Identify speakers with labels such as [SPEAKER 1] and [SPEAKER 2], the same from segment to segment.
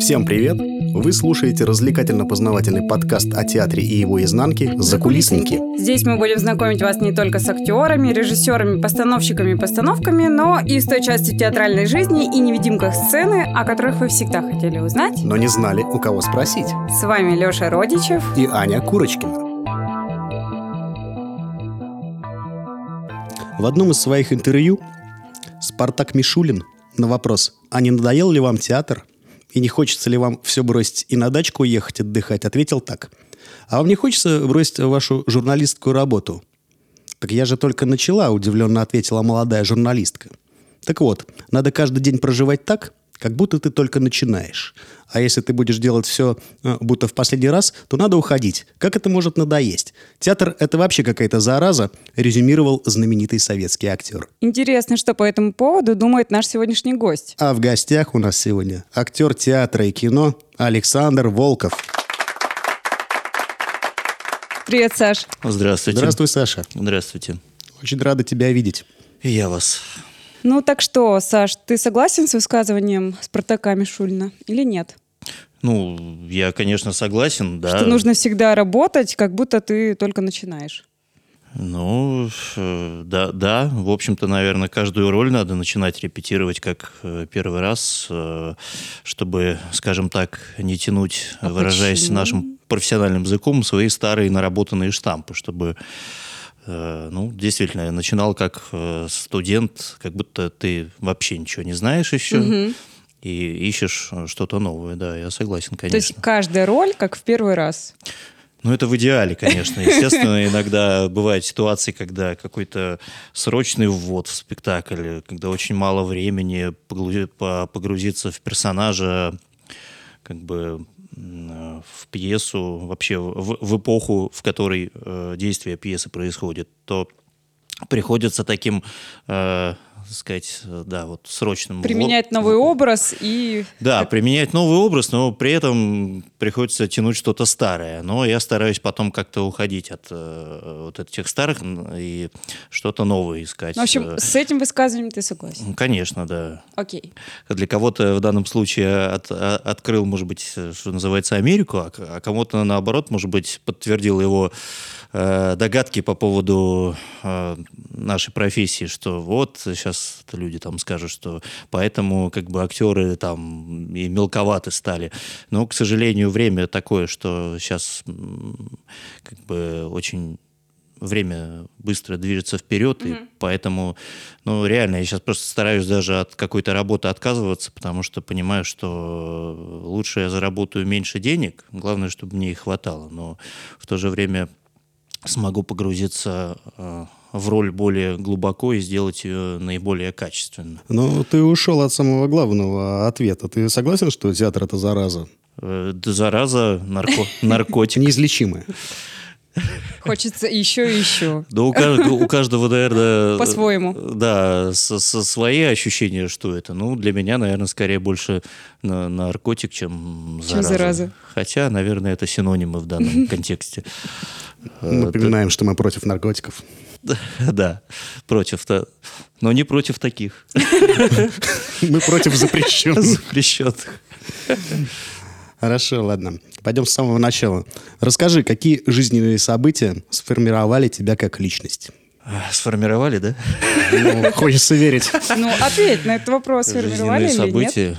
[SPEAKER 1] Всем привет! Вы слушаете развлекательно-познавательный подкаст о театре и его изнанке «Закулисники».
[SPEAKER 2] Здесь мы будем знакомить вас не только с актерами, режиссерами, постановщиками и постановками, но и с той частью театральной жизни и невидимках сцены, о которых вы всегда хотели узнать.
[SPEAKER 1] Но не знали, у кого спросить.
[SPEAKER 2] С вами Леша Родичев.
[SPEAKER 1] И Аня Курочкина. В одном из своих интервью Спартак Мишулин на вопрос «А не надоел ли вам театр?» и «Не хочется ли вам все бросить и на дачку уехать отдыхать?» ответил так. «А вам не хочется бросить вашу журналистскую работу?» «Так я же только начала», – удивленно ответила молодая журналистка. «Так вот, надо каждый день проживать так, как будто ты только начинаешь. А если ты будешь делать все э, будто в последний раз, то надо уходить. Как это может надоесть? Театр – это вообще какая-то зараза», – резюмировал знаменитый советский актер.
[SPEAKER 2] Интересно, что по этому поводу думает наш сегодняшний гость.
[SPEAKER 1] А в гостях у нас сегодня актер театра и кино Александр Волков.
[SPEAKER 2] Привет, Саш.
[SPEAKER 3] Здравствуйте.
[SPEAKER 1] Здравствуй, Саша.
[SPEAKER 3] Здравствуйте.
[SPEAKER 1] Очень рада тебя видеть.
[SPEAKER 3] И я вас.
[SPEAKER 2] Ну так что, Саш, ты согласен с высказыванием Спартака Мишульна или нет?
[SPEAKER 3] Ну, я, конечно, согласен, да.
[SPEAKER 2] Что нужно всегда работать, как будто ты только начинаешь.
[SPEAKER 3] Ну, э, да, да. В общем-то, наверное, каждую роль надо начинать репетировать как э, первый раз, э, чтобы, скажем так, не тянуть,
[SPEAKER 2] А
[SPEAKER 3] выражаясь
[SPEAKER 2] почему?
[SPEAKER 3] нашим профессиональным языком, свои старые наработанные штампы, чтобы, э, ну, действительно, я начинал как э, студент, как будто ты вообще ничего не знаешь еще и ищешь э, что-то новое. Да, я согласен, конечно.
[SPEAKER 2] То есть каждая роль как в первый раз.
[SPEAKER 3] Ну, это в идеале, конечно. Естественно, иногда бывают ситуации, когда какой-то срочный ввод в спектакль, когда очень мало времени поглу- по- погрузиться в персонажа, как бы м, э, в пьесу, вообще в, в эпоху, в которой э, действие пьесы происходит, то приходится таким, э, так сказать, э, да, вот срочным... вво-
[SPEAKER 2] Применять новый образ и...
[SPEAKER 3] да, применять новый образ, но при этом приходится тянуть что-то старое. Но я стараюсь потом как-то уходить от э, вот этих старых м, и что-то новое искать.
[SPEAKER 2] Ну, В общем,
[SPEAKER 3] Э,
[SPEAKER 2] с этим высказыванием ты согласен.
[SPEAKER 3] ну, Конечно, да.
[SPEAKER 2] Окей.
[SPEAKER 3] Для кого-то в данном случае от- а- открыл, может быть, э, что называется, Америку, а, к- а кому-то, наоборот, может быть, подтвердил его э, догадки по поводу э, нашей профессии, что вот сейчас люди там скажут, что поэтому как бы актеры там и мелковаты стали. Но, к сожалению, время такое, что сейчас м, как бы очень время быстро движется вперед, и поэтому, ну, реально, я сейчас просто стараюсь даже от какой-то работы отказываться, потому что понимаю, что лучше я заработаю меньше денег, главное, чтобы мне их хватало, но в то же время смогу погрузиться э, в роль более глубоко и сделать ее наиболее качественно.
[SPEAKER 1] Но Ну, ты ушел от самого главного ответа. Ты согласен, что театр это зараза?
[SPEAKER 3] Э, да зараза, нарко- наркотик.
[SPEAKER 1] Неизлечимая.
[SPEAKER 2] Хочется еще и еще.
[SPEAKER 3] Да у, кажд- у каждого, наверное...
[SPEAKER 2] По-своему.
[SPEAKER 3] Да, со, со- свои ощущения, что это. Ну, для меня, наверное, скорее больше на- наркотик, чем
[SPEAKER 2] Чем
[SPEAKER 3] зараза.
[SPEAKER 2] зараза.
[SPEAKER 3] Хотя, наверное, это синонимы в данном контексте. Э,
[SPEAKER 1] Напоминаем, что мы против наркотиков.
[SPEAKER 3] Да, против. то- Но не против таких
[SPEAKER 1] Мы против запрещенных.
[SPEAKER 3] запрещенных.
[SPEAKER 1] Хорошо, ладно. Пойдем с самого начала. Расскажи, какие жизненные события сформировали тебя как личность?
[SPEAKER 3] А, Сформировали, да?
[SPEAKER 1] Ну, хочется верить.
[SPEAKER 2] Ну, ответь на этот вопрос, формировали
[SPEAKER 3] Жизненные
[SPEAKER 2] или нет?
[SPEAKER 3] события.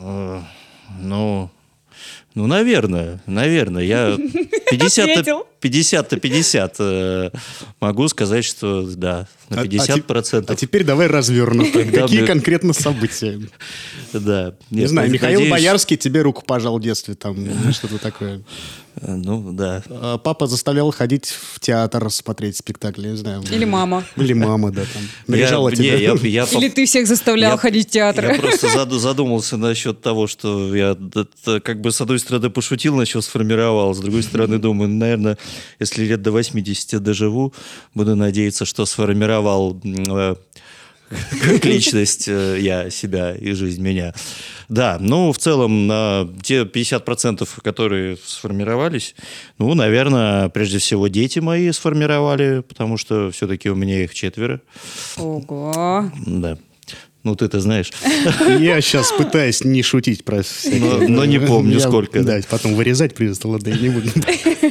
[SPEAKER 3] Э, Ну, ну, наверное, наверное. Я 50
[SPEAKER 2] Ответил.
[SPEAKER 3] на 50, на 50 э, могу сказать, что да,
[SPEAKER 1] А-
[SPEAKER 3] на
[SPEAKER 1] а
[SPEAKER 3] 50
[SPEAKER 1] А
[SPEAKER 3] процентов.
[SPEAKER 1] теперь давай развернуто.
[SPEAKER 3] Да,
[SPEAKER 1] Какие
[SPEAKER 3] мне-
[SPEAKER 1] конкретно события?
[SPEAKER 3] Да.
[SPEAKER 1] Не
[SPEAKER 3] Нет,
[SPEAKER 1] знаю,
[SPEAKER 3] ну,
[SPEAKER 1] Михаил
[SPEAKER 3] надеюсь-
[SPEAKER 1] Боярский тебе руку пожал в детстве, там, или что-то такое.
[SPEAKER 3] Э, Ну, да.
[SPEAKER 1] А Папа заставлял ходить в театр смотреть спектакли, не знаю.
[SPEAKER 2] Или мама?
[SPEAKER 1] Или мама, да, там. Наряжала
[SPEAKER 3] Я-
[SPEAKER 1] тебя.
[SPEAKER 3] не, я- я по-
[SPEAKER 2] Или ты всех заставлял
[SPEAKER 3] Я-
[SPEAKER 2] ходить в
[SPEAKER 3] Я
[SPEAKER 2] театр?
[SPEAKER 3] просто заду- задумался насчет того, что я д- т- как бы с одной стороны пошутил, насчет сформировал, с другой стороны думаю, наверное, если лет до 80 доживу, буду надеяться, что сформировал м, э, как личность э, я себя и жизнь меня. Да, ну, в целом, на те 50%, которые сформировались, ну, наверное, прежде всего дети мои сформировали, потому что все-таки у меня их четверо.
[SPEAKER 2] Ого.
[SPEAKER 3] Да. Ну, ты-то знаешь.
[SPEAKER 1] Я сейчас пытаюсь не шутить про всякие-
[SPEAKER 3] Но- но не помню,
[SPEAKER 1] Я-
[SPEAKER 3] сколько, да.
[SPEAKER 1] Да, потом вырезать придется, ладно, я не буду.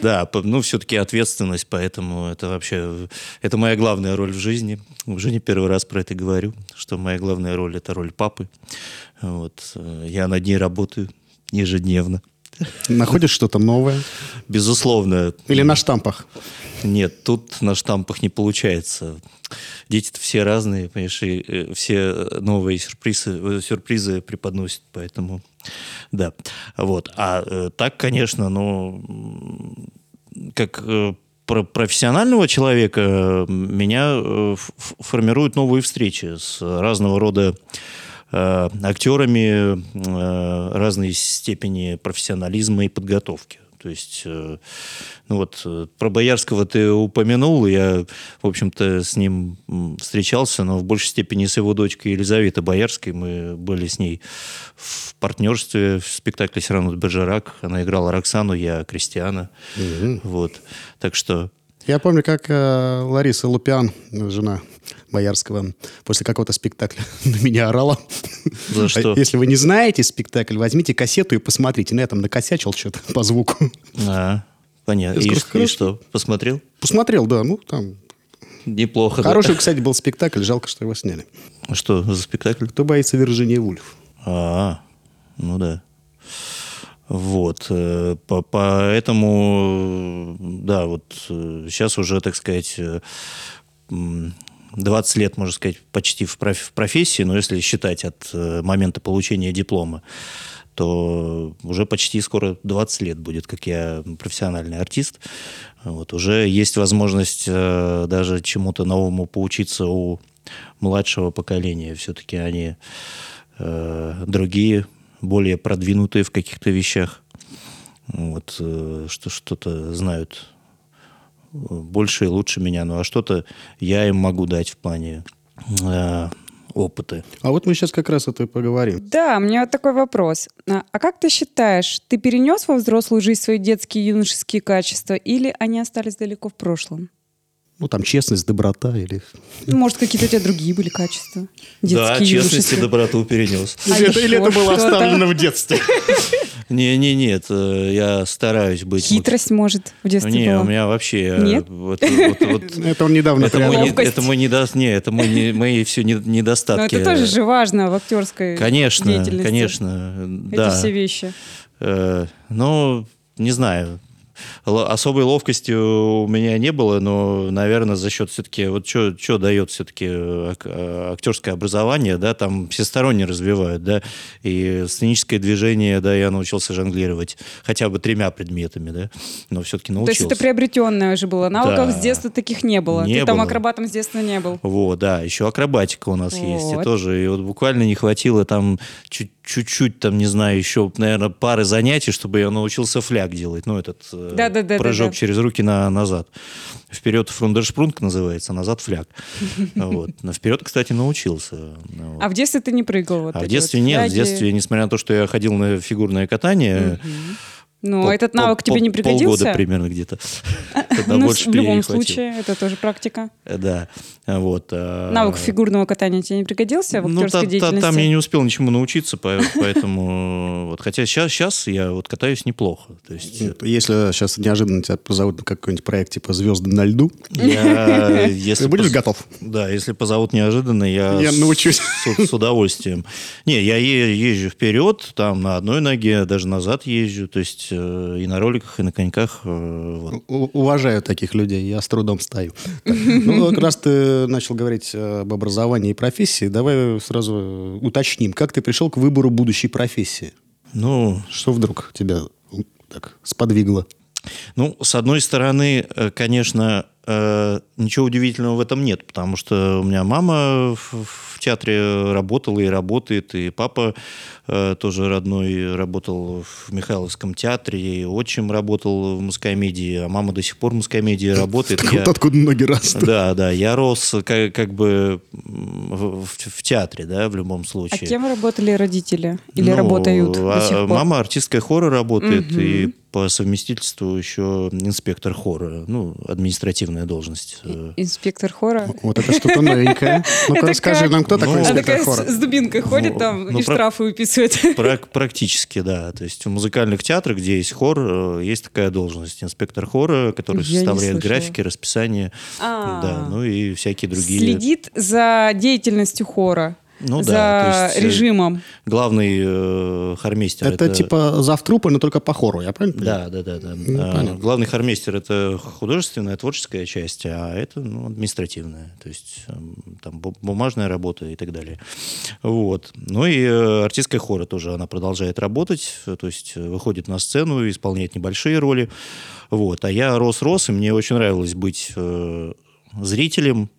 [SPEAKER 3] Да, п- ну, все-таки ответственность, поэтому это вообще... Это моя главная роль в жизни. Уже не первый раз про это говорю, что моя главная роль – это роль папы. Вот. э, Я над ней работаю ежедневно.
[SPEAKER 1] Находишь что-то новое?
[SPEAKER 3] Безусловно.
[SPEAKER 1] Или на штампах?
[SPEAKER 3] Нет, тут на штампах не получается. Дети-то все разные, понимаешь, и э, все новые сюрпризы, э, сюрпризы преподносят, поэтому да. Вот. А э, так, конечно, ну, м, как э, про- профессионального человека э, меня э, ф- ф- формируют новые встречи с разного рода э, актерами э, разной степени профессионализма и подготовки. То есть, э, ну вот, э, про Боярского ты упомянул, я, в общем-то, с ним м, встречался, но в большей степени с его дочкой Елизаветой Боярской. Мы были с ней в партнерстве в спектакле «Сиранут Бержерак». Она играла Роксану, я Кристиана. Вот, так что...
[SPEAKER 1] Я помню, как э, Лариса Лупиан, жена Боярского, после какого-то спектакля на меня орала. А
[SPEAKER 3] За что?
[SPEAKER 1] Если вы не знаете спектакль, возьмите кассету и посмотрите. Ну, я там накосячил что-то по звуку.
[SPEAKER 3] А, понятно.
[SPEAKER 1] Я
[SPEAKER 3] И,
[SPEAKER 1] скажу,
[SPEAKER 3] ш- и
[SPEAKER 1] хорошо.
[SPEAKER 3] что, посмотрел?
[SPEAKER 1] Посмотрел, да, ну, там...
[SPEAKER 3] Неплохо. да.
[SPEAKER 1] Хороший, кстати, был спектакль, жалко, что его сняли.
[SPEAKER 3] Что за спектакль?
[SPEAKER 1] Кто боится Вирджинии Вульф?
[SPEAKER 3] А, ну да. Вот, э, по- поэтому, э, да, вот сейчас уже, так сказать, э, м, 20 лет, можно сказать, почти в, проф- в профессии, но если считать от э, момента получения диплома, то уже почти скоро 20 лет будет, как я профессиональный артист. Вот, уже есть возможность э, даже чему-то новому поучиться у младшего поколения. Все-таки они э, другие, более продвинутые в каких-то вещах. Вот, э, что, что-то знают э, больше и лучше меня. Ну, а что-то я им могу дать в плане э, опыта.
[SPEAKER 1] А вот мы сейчас как раз это и поговорим.
[SPEAKER 2] Да, у меня вот такой вопрос. А а как ты считаешь, ты перенес во взрослую жизнь свои детские и юношеские качества, или они остались далеко в прошлом?
[SPEAKER 1] Ну, там честность, доброта или...
[SPEAKER 2] Ну, Может, какие-то у тебя другие были качества?
[SPEAKER 3] да,
[SPEAKER 2] Детские,
[SPEAKER 3] честность и
[SPEAKER 2] юношеские?
[SPEAKER 3] доброту перенес.
[SPEAKER 2] А Или это- еще или это было что-то? оставлено
[SPEAKER 1] в детстве?
[SPEAKER 3] Не, не, нет, э, я стараюсь быть.
[SPEAKER 2] Хитрость, может, в детстве
[SPEAKER 3] Не,
[SPEAKER 2] была?
[SPEAKER 3] у меня вообще. э,
[SPEAKER 2] Нет?
[SPEAKER 3] вот- вот- вот-
[SPEAKER 1] Это он недавно
[SPEAKER 3] Это мой, не-
[SPEAKER 1] приобрел.
[SPEAKER 2] Ловкость.
[SPEAKER 3] это мой недост- не, это мой не- мои все не-
[SPEAKER 2] Но
[SPEAKER 3] недостатки. э,
[SPEAKER 2] это тоже же важно в актерской
[SPEAKER 3] Конечно,
[SPEAKER 2] деятельности.
[SPEAKER 3] конечно,
[SPEAKER 2] Эти
[SPEAKER 3] да.
[SPEAKER 2] все вещи.
[SPEAKER 3] Э, Ну, не знаю. Л- Особой ловкости у меня не было, но, наверное, за счет все-таки, вот что дает все-таки актерское э, образование, да, там всесторонне развивают, да, и сценическое движение, да, я научился жонглировать хотя бы тремя предметами, да, но все-таки
[SPEAKER 2] То есть
[SPEAKER 3] научился.
[SPEAKER 2] это приобретенное уже было. Навыков
[SPEAKER 3] Да.
[SPEAKER 2] с детства таких не было.
[SPEAKER 3] Не
[SPEAKER 2] ты там
[SPEAKER 3] было.
[SPEAKER 2] акробатом с детства не был.
[SPEAKER 3] Вот, да, еще акробатика у нас есть, и
[SPEAKER 2] Вот.
[SPEAKER 3] тоже, и вот буквально не хватило там чуть- чуть-чуть, там, не знаю, еще, наверное, пары занятий, чтобы я научился фляг делать, ну, этот э,
[SPEAKER 2] Да-да-да-да-да.
[SPEAKER 3] прыжок через руки на, назад. Вперед фрундершпрунг называется, назад фляг. Вот. Но вперед, кстати, научился. Ну, вот.
[SPEAKER 2] А в детстве ты не прыгал? вот
[SPEAKER 3] А в
[SPEAKER 2] эти
[SPEAKER 3] детстве
[SPEAKER 2] вот
[SPEAKER 3] нет, в
[SPEAKER 2] фляги?
[SPEAKER 3] детстве, несмотря на то, что я ходил на фигурное катание,
[SPEAKER 2] Ну,
[SPEAKER 3] пол-
[SPEAKER 2] этот навык
[SPEAKER 3] пол-
[SPEAKER 2] тебе не
[SPEAKER 3] пол-
[SPEAKER 2] пригодился?
[SPEAKER 3] Полгода примерно где-то. Тогда
[SPEAKER 2] ну,
[SPEAKER 3] больше
[SPEAKER 2] в
[SPEAKER 3] мне не
[SPEAKER 2] любом
[SPEAKER 3] хватило.
[SPEAKER 2] случае, это тоже практика.
[SPEAKER 3] Да, вот. а-
[SPEAKER 2] Навык фигурного катания тебе не пригодился в
[SPEAKER 3] Ну,
[SPEAKER 2] актерской
[SPEAKER 3] та- та-
[SPEAKER 2] деятельности?
[SPEAKER 3] там я не успел ничему научиться, по- поэтому... вот, Хотя сейчас, сейчас я вот катаюсь неплохо. То есть э,
[SPEAKER 1] Если сейчас неожиданно тебя позовут на какой-нибудь проект типа «Звезды на льду»,
[SPEAKER 3] я... если
[SPEAKER 1] ты будешь
[SPEAKER 3] пос-
[SPEAKER 1] готов?
[SPEAKER 3] Да, если позовут неожиданно, я...
[SPEAKER 1] Я
[SPEAKER 3] с-
[SPEAKER 1] научусь.
[SPEAKER 3] С, с удовольствием. Не, я е- езжу вперед, там на одной ноге, даже назад езжу. То есть э, и на роликах, и на коньках. э, вот.
[SPEAKER 1] У- Уважаю таких людей, я с трудом стою. Так, Ну, как раз ты начал говорить э, об образовании и профессии. Давай сразу уточним, как ты пришел к выбору будущей профессии?
[SPEAKER 3] Ну,
[SPEAKER 1] Что вдруг тебя м, так сподвигло?
[SPEAKER 3] Ну, с одной стороны, э, конечно, э, ничего удивительного в этом нет, потому что у меня мама в, в театре работала и работает, и папа э, тоже родной работал в Михайловском театре, и отчим работал в мускомедии, а мама до сих пор в мускомедии работает.
[SPEAKER 1] Так
[SPEAKER 3] Я-
[SPEAKER 1] вот откуда ноги растут.
[SPEAKER 3] Да, да, я рос как, как бы м, в, в- в театре, да, в любом
[SPEAKER 2] А
[SPEAKER 3] случае.
[SPEAKER 2] кем работали родители? Или
[SPEAKER 3] Ну,
[SPEAKER 2] работают до
[SPEAKER 3] а-
[SPEAKER 2] сих пор?
[SPEAKER 3] Мама артисткой хора работает,
[SPEAKER 2] Мгм.
[SPEAKER 3] и по совместительству еще инспектор хора, ну, административная должность. э,
[SPEAKER 4] И- Инспектор хора.
[SPEAKER 1] Вот это что-то новенькое. Ну-ка
[SPEAKER 4] Это
[SPEAKER 1] расскажи
[SPEAKER 4] как?
[SPEAKER 1] нам, кто
[SPEAKER 3] Ну,
[SPEAKER 1] такой
[SPEAKER 3] а
[SPEAKER 4] Она
[SPEAKER 1] инспектор
[SPEAKER 4] такая
[SPEAKER 1] хора?
[SPEAKER 4] с, с дубинкой ходит
[SPEAKER 3] Ну,
[SPEAKER 4] там
[SPEAKER 3] ну,
[SPEAKER 4] и
[SPEAKER 3] про-
[SPEAKER 4] штрафы выписывает.
[SPEAKER 3] Прак- Практически, да. То есть в музыкальных театрах, где есть хор, э, есть такая должность. Инспектор хора, который
[SPEAKER 4] Я не
[SPEAKER 3] составляет
[SPEAKER 4] слышала.
[SPEAKER 3] графики, расписание,
[SPEAKER 2] А.
[SPEAKER 3] да, ну и всякие другие.
[SPEAKER 4] Следит за деятельностью хора,
[SPEAKER 3] Ну
[SPEAKER 4] за
[SPEAKER 3] да, то есть, э,
[SPEAKER 4] режимом.
[SPEAKER 3] Главный э, хормейстер.
[SPEAKER 1] Это типа завтрупы, но только по хору, я правильно понимаю?
[SPEAKER 3] Да, да, да. да.
[SPEAKER 1] Ну,
[SPEAKER 3] А,
[SPEAKER 1] понятно.
[SPEAKER 3] главный хормейстер это художественная, творческая часть, а это ну, административная, то есть эм, там бу- бумажная работа и так далее. Вот. Ну и э, артистская хора тоже, она продолжает работать, э, то есть э, выходит на сцену, исполняет небольшие роли. Вот. А я рос-рос, и мне очень нравилось быть э, зрителем.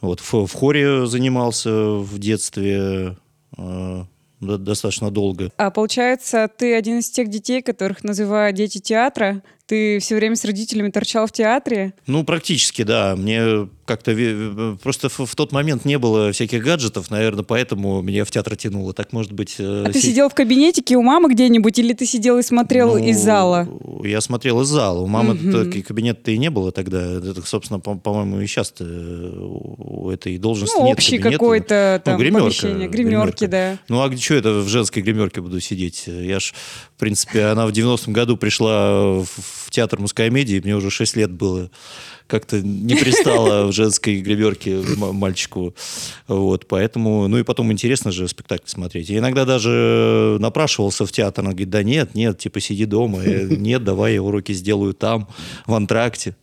[SPEAKER 3] Вот, в, в хоре занимался в детстве э, до- достаточно долго.
[SPEAKER 4] А получается, ты один из тех детей, которых называют дети театра. Ты все время с родителями торчал в театре.
[SPEAKER 3] Ну, практически, да. Мне как-то ве- просто в, в тот момент не было всяких гаджетов, наверное, поэтому меня в театр тянуло. Так может быть. э,
[SPEAKER 4] А ты сидел в кабинетике у мамы где-нибудь, или ты сидел и смотрел
[SPEAKER 3] Ну,
[SPEAKER 4] из зала?
[SPEAKER 3] Я смотрел из зала. У мамы
[SPEAKER 4] Мгм.
[SPEAKER 3] таки- кабинета-то и не было тогда. Это, собственно, по- по-моему, и сейчас у у этой должности
[SPEAKER 4] Ну,
[SPEAKER 3] нет
[SPEAKER 4] общий
[SPEAKER 3] кабинета. Ну,
[SPEAKER 4] какой-то там
[SPEAKER 3] гримерка,
[SPEAKER 4] помещение,
[SPEAKER 3] гримерка.
[SPEAKER 4] гримерки, да.
[SPEAKER 3] Ну, а где- что это в женской гримерке буду сидеть? Я ж, в принципе, она в 90-м году пришла в, в театр мускомедии, мне уже 6 лет было. Как-то не пристала в женской гримерке м- мальчику. Вот, поэтому... Ну, и потом интересно же спектакль смотреть. Я иногда даже напрашивался в театр, она говорит, да нет, нет, типа сиди дома. Я, нет, давай я уроки сделаю там, в антракте.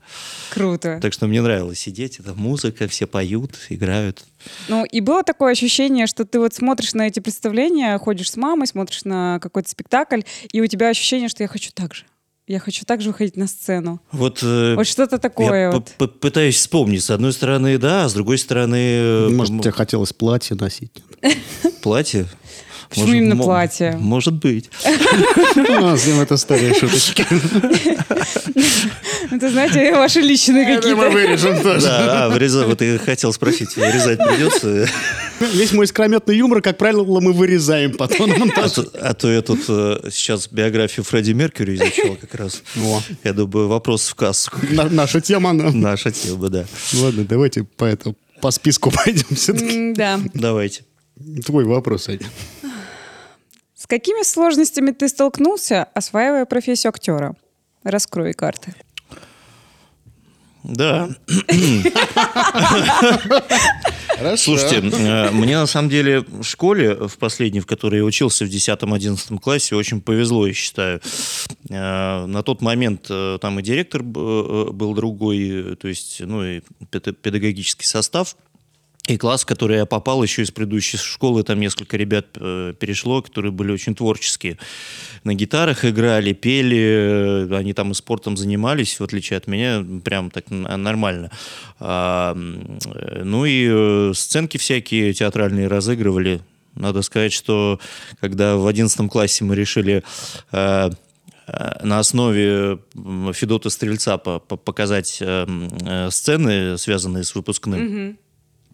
[SPEAKER 4] Круто.
[SPEAKER 3] Так что мне нравилось сидеть, это музыка, все поют, играют.
[SPEAKER 4] Ну, и было такое ощущение, что ты вот смотришь на эти представления, ходишь с мамой, смотришь на какой-то спектакль, и у тебя ощущение, что я хочу так же. Я хочу так же выходить на сцену.
[SPEAKER 3] Вот, э,
[SPEAKER 4] Вот что-то такое
[SPEAKER 3] Я
[SPEAKER 4] вот.
[SPEAKER 3] п- п- пытаюсь вспомнить. С одной стороны, да, а с другой стороны... э,
[SPEAKER 1] Может,
[SPEAKER 3] м-
[SPEAKER 1] тебе хотелось платье носить?
[SPEAKER 3] Платье?
[SPEAKER 4] Почему
[SPEAKER 3] Может,
[SPEAKER 4] именно
[SPEAKER 3] мо-
[SPEAKER 4] платье?
[SPEAKER 3] Может быть.
[SPEAKER 1] Ну, с ним это старые шуточки.
[SPEAKER 4] Это, знаете, ваши личные
[SPEAKER 1] мы
[SPEAKER 4] какие-то.
[SPEAKER 1] вырежем
[SPEAKER 3] Да, а, выреза- вот я хотел спросить, вырезать придется?
[SPEAKER 1] Весь мой искрометный юмор, как правило, мы вырезаем потом на
[SPEAKER 3] А
[SPEAKER 1] монтаж.
[SPEAKER 3] то, а то я тут э, сейчас биографию Фредди Меркьюри изучал как раз.
[SPEAKER 1] О.
[SPEAKER 3] Я думаю, вопрос в кассу.
[SPEAKER 1] На- Наша тема. она-
[SPEAKER 3] Наша тема, да.
[SPEAKER 1] Ладно, давайте по этому по списку пойдем все-таки.
[SPEAKER 4] М, Да.
[SPEAKER 3] Давайте.
[SPEAKER 1] Твой вопрос, Аня.
[SPEAKER 4] С какими сложностями ты столкнулся, осваивая профессию актера? Раскрой карты.
[SPEAKER 3] Да.
[SPEAKER 1] Хорошо.
[SPEAKER 3] Слушайте, э, мне на самом деле в школе, в последней, в которой я учился в 10-11 классе, очень повезло, я считаю. Э, На тот момент э, там и директор б- э, был другой, э, то есть, ну, и педа- педагогический состав. И класс, в который я попал еще из предыдущей школы, там несколько ребят э, перешло, которые были очень творческие. На гитарах играли, пели, э, они там и спортом занимались, в отличие от меня, прям так н- нормально. А, м, э, ну и э, сценки всякие театральные разыгрывали. Надо сказать, что когда в 11 классе мы решили э, э, на основе м, Федота Стрельца по- по- показать э, м, э, сцены, связанные с выпускным,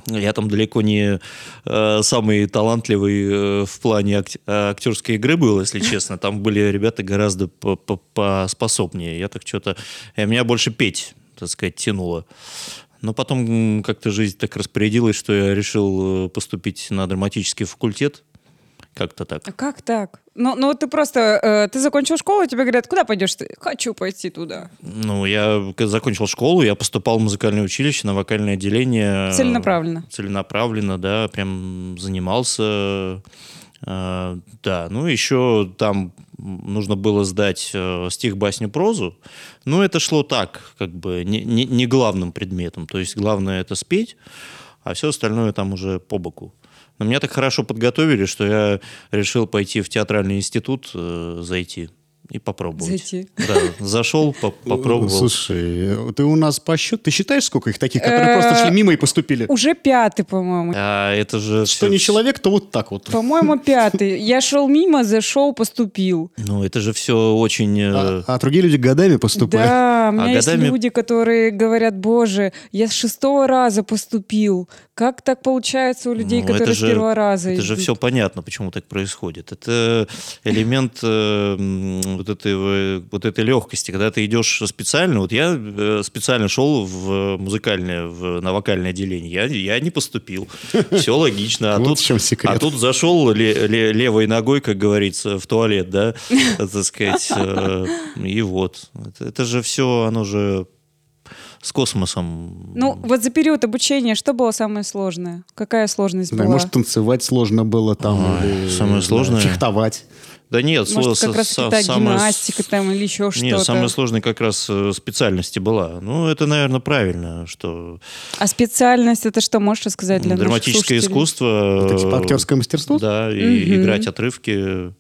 [SPEAKER 3] я там далеко не э, самый талантливый э, в плане акт- э, актерской игры был, если честно. Там были ребята гораздо по- по- поспособнее. Я так что-то... э, Меня больше петь, так сказать, тянуло. Но потом м, как-то жизнь так распорядилась, что я решил э, поступить на драматический факультет. Как-то так.
[SPEAKER 4] А как так? Ну, ну ты просто, э, ты закончил школу, тебе говорят, куда пойдешь? Ты хочу пойти туда.
[SPEAKER 3] Ну, я к- закончил школу, я поступал в музыкальное училище на вокальное отделение.
[SPEAKER 4] А, Целенаправленно.
[SPEAKER 3] Целенаправленно, да, прям занимался. Э, Да, ну еще там нужно было сдать э, стих, басню, прозу. Но это шло так, как бы не, не- не главным предметом. То есть главное это спеть, а все остальное там уже по боку. Но меня так хорошо подготовили, что я решил пойти в театральный институт, э, зайти и попробовать.
[SPEAKER 4] Зайти.
[SPEAKER 3] Да, зашел, по- попробовал.
[SPEAKER 1] ну, Слушай, ты у нас по счету, ты считаешь, сколько их таких, которые
[SPEAKER 4] Э,
[SPEAKER 1] просто шли мимо и поступили?
[SPEAKER 4] Уже пятый, по-моему.
[SPEAKER 3] А это же
[SPEAKER 1] Что
[SPEAKER 3] всё-
[SPEAKER 1] не человек, то вот так вот.
[SPEAKER 4] По-моему, пятый. Я шел мимо, зашел, поступил.
[SPEAKER 3] Ну, это же все очень... э,
[SPEAKER 1] А а другие люди годами поступают.
[SPEAKER 4] Да, у меня есть
[SPEAKER 3] А годами-
[SPEAKER 4] люди, которые говорят, боже, я с шестого раза поступил. Как так получается у людей,
[SPEAKER 3] ну,
[SPEAKER 4] которые с первого раза
[SPEAKER 3] Это же
[SPEAKER 4] идут?
[SPEAKER 3] все понятно, почему так происходит. Это элемент э, м, вот этой, э, вот этой легкости. Когда ты идешь специально, вот я э, специально шел в музыкальное, в, на вокальное отделение, я, я не поступил. Все логично. А
[SPEAKER 1] Вот
[SPEAKER 3] тут,
[SPEAKER 1] в чем секрет.
[SPEAKER 3] а тут зашел ле- ле- левой ногой, как говорится, в туалет, да, так сказать. э, И вот. Это- Это же все, оно же с космосом.
[SPEAKER 4] Ну, вот за период обучения что было самое сложное? Какая сложность
[SPEAKER 1] Да,
[SPEAKER 4] была?
[SPEAKER 1] может, танцевать сложно было там.
[SPEAKER 3] Ой,
[SPEAKER 1] или, не
[SPEAKER 3] самое
[SPEAKER 1] знаю,
[SPEAKER 3] сложное.
[SPEAKER 1] Фехтовать.
[SPEAKER 3] Да нет,
[SPEAKER 4] Может,
[SPEAKER 3] сло-
[SPEAKER 4] как раз
[SPEAKER 3] са-
[SPEAKER 4] какая-то
[SPEAKER 3] самое с-
[SPEAKER 4] гимнастика там или еще что-то?
[SPEAKER 3] Нет, самое сложное как раз э, специальности была. Ну, это, наверное, правильно, что
[SPEAKER 4] А специальность это что, можешь рассказать для наших слушателей?
[SPEAKER 3] драматическое искусство.
[SPEAKER 1] Это типа
[SPEAKER 3] э,
[SPEAKER 1] актерское мастерство?
[SPEAKER 3] Да, и
[SPEAKER 4] Мгм.
[SPEAKER 3] играть отрывки. э,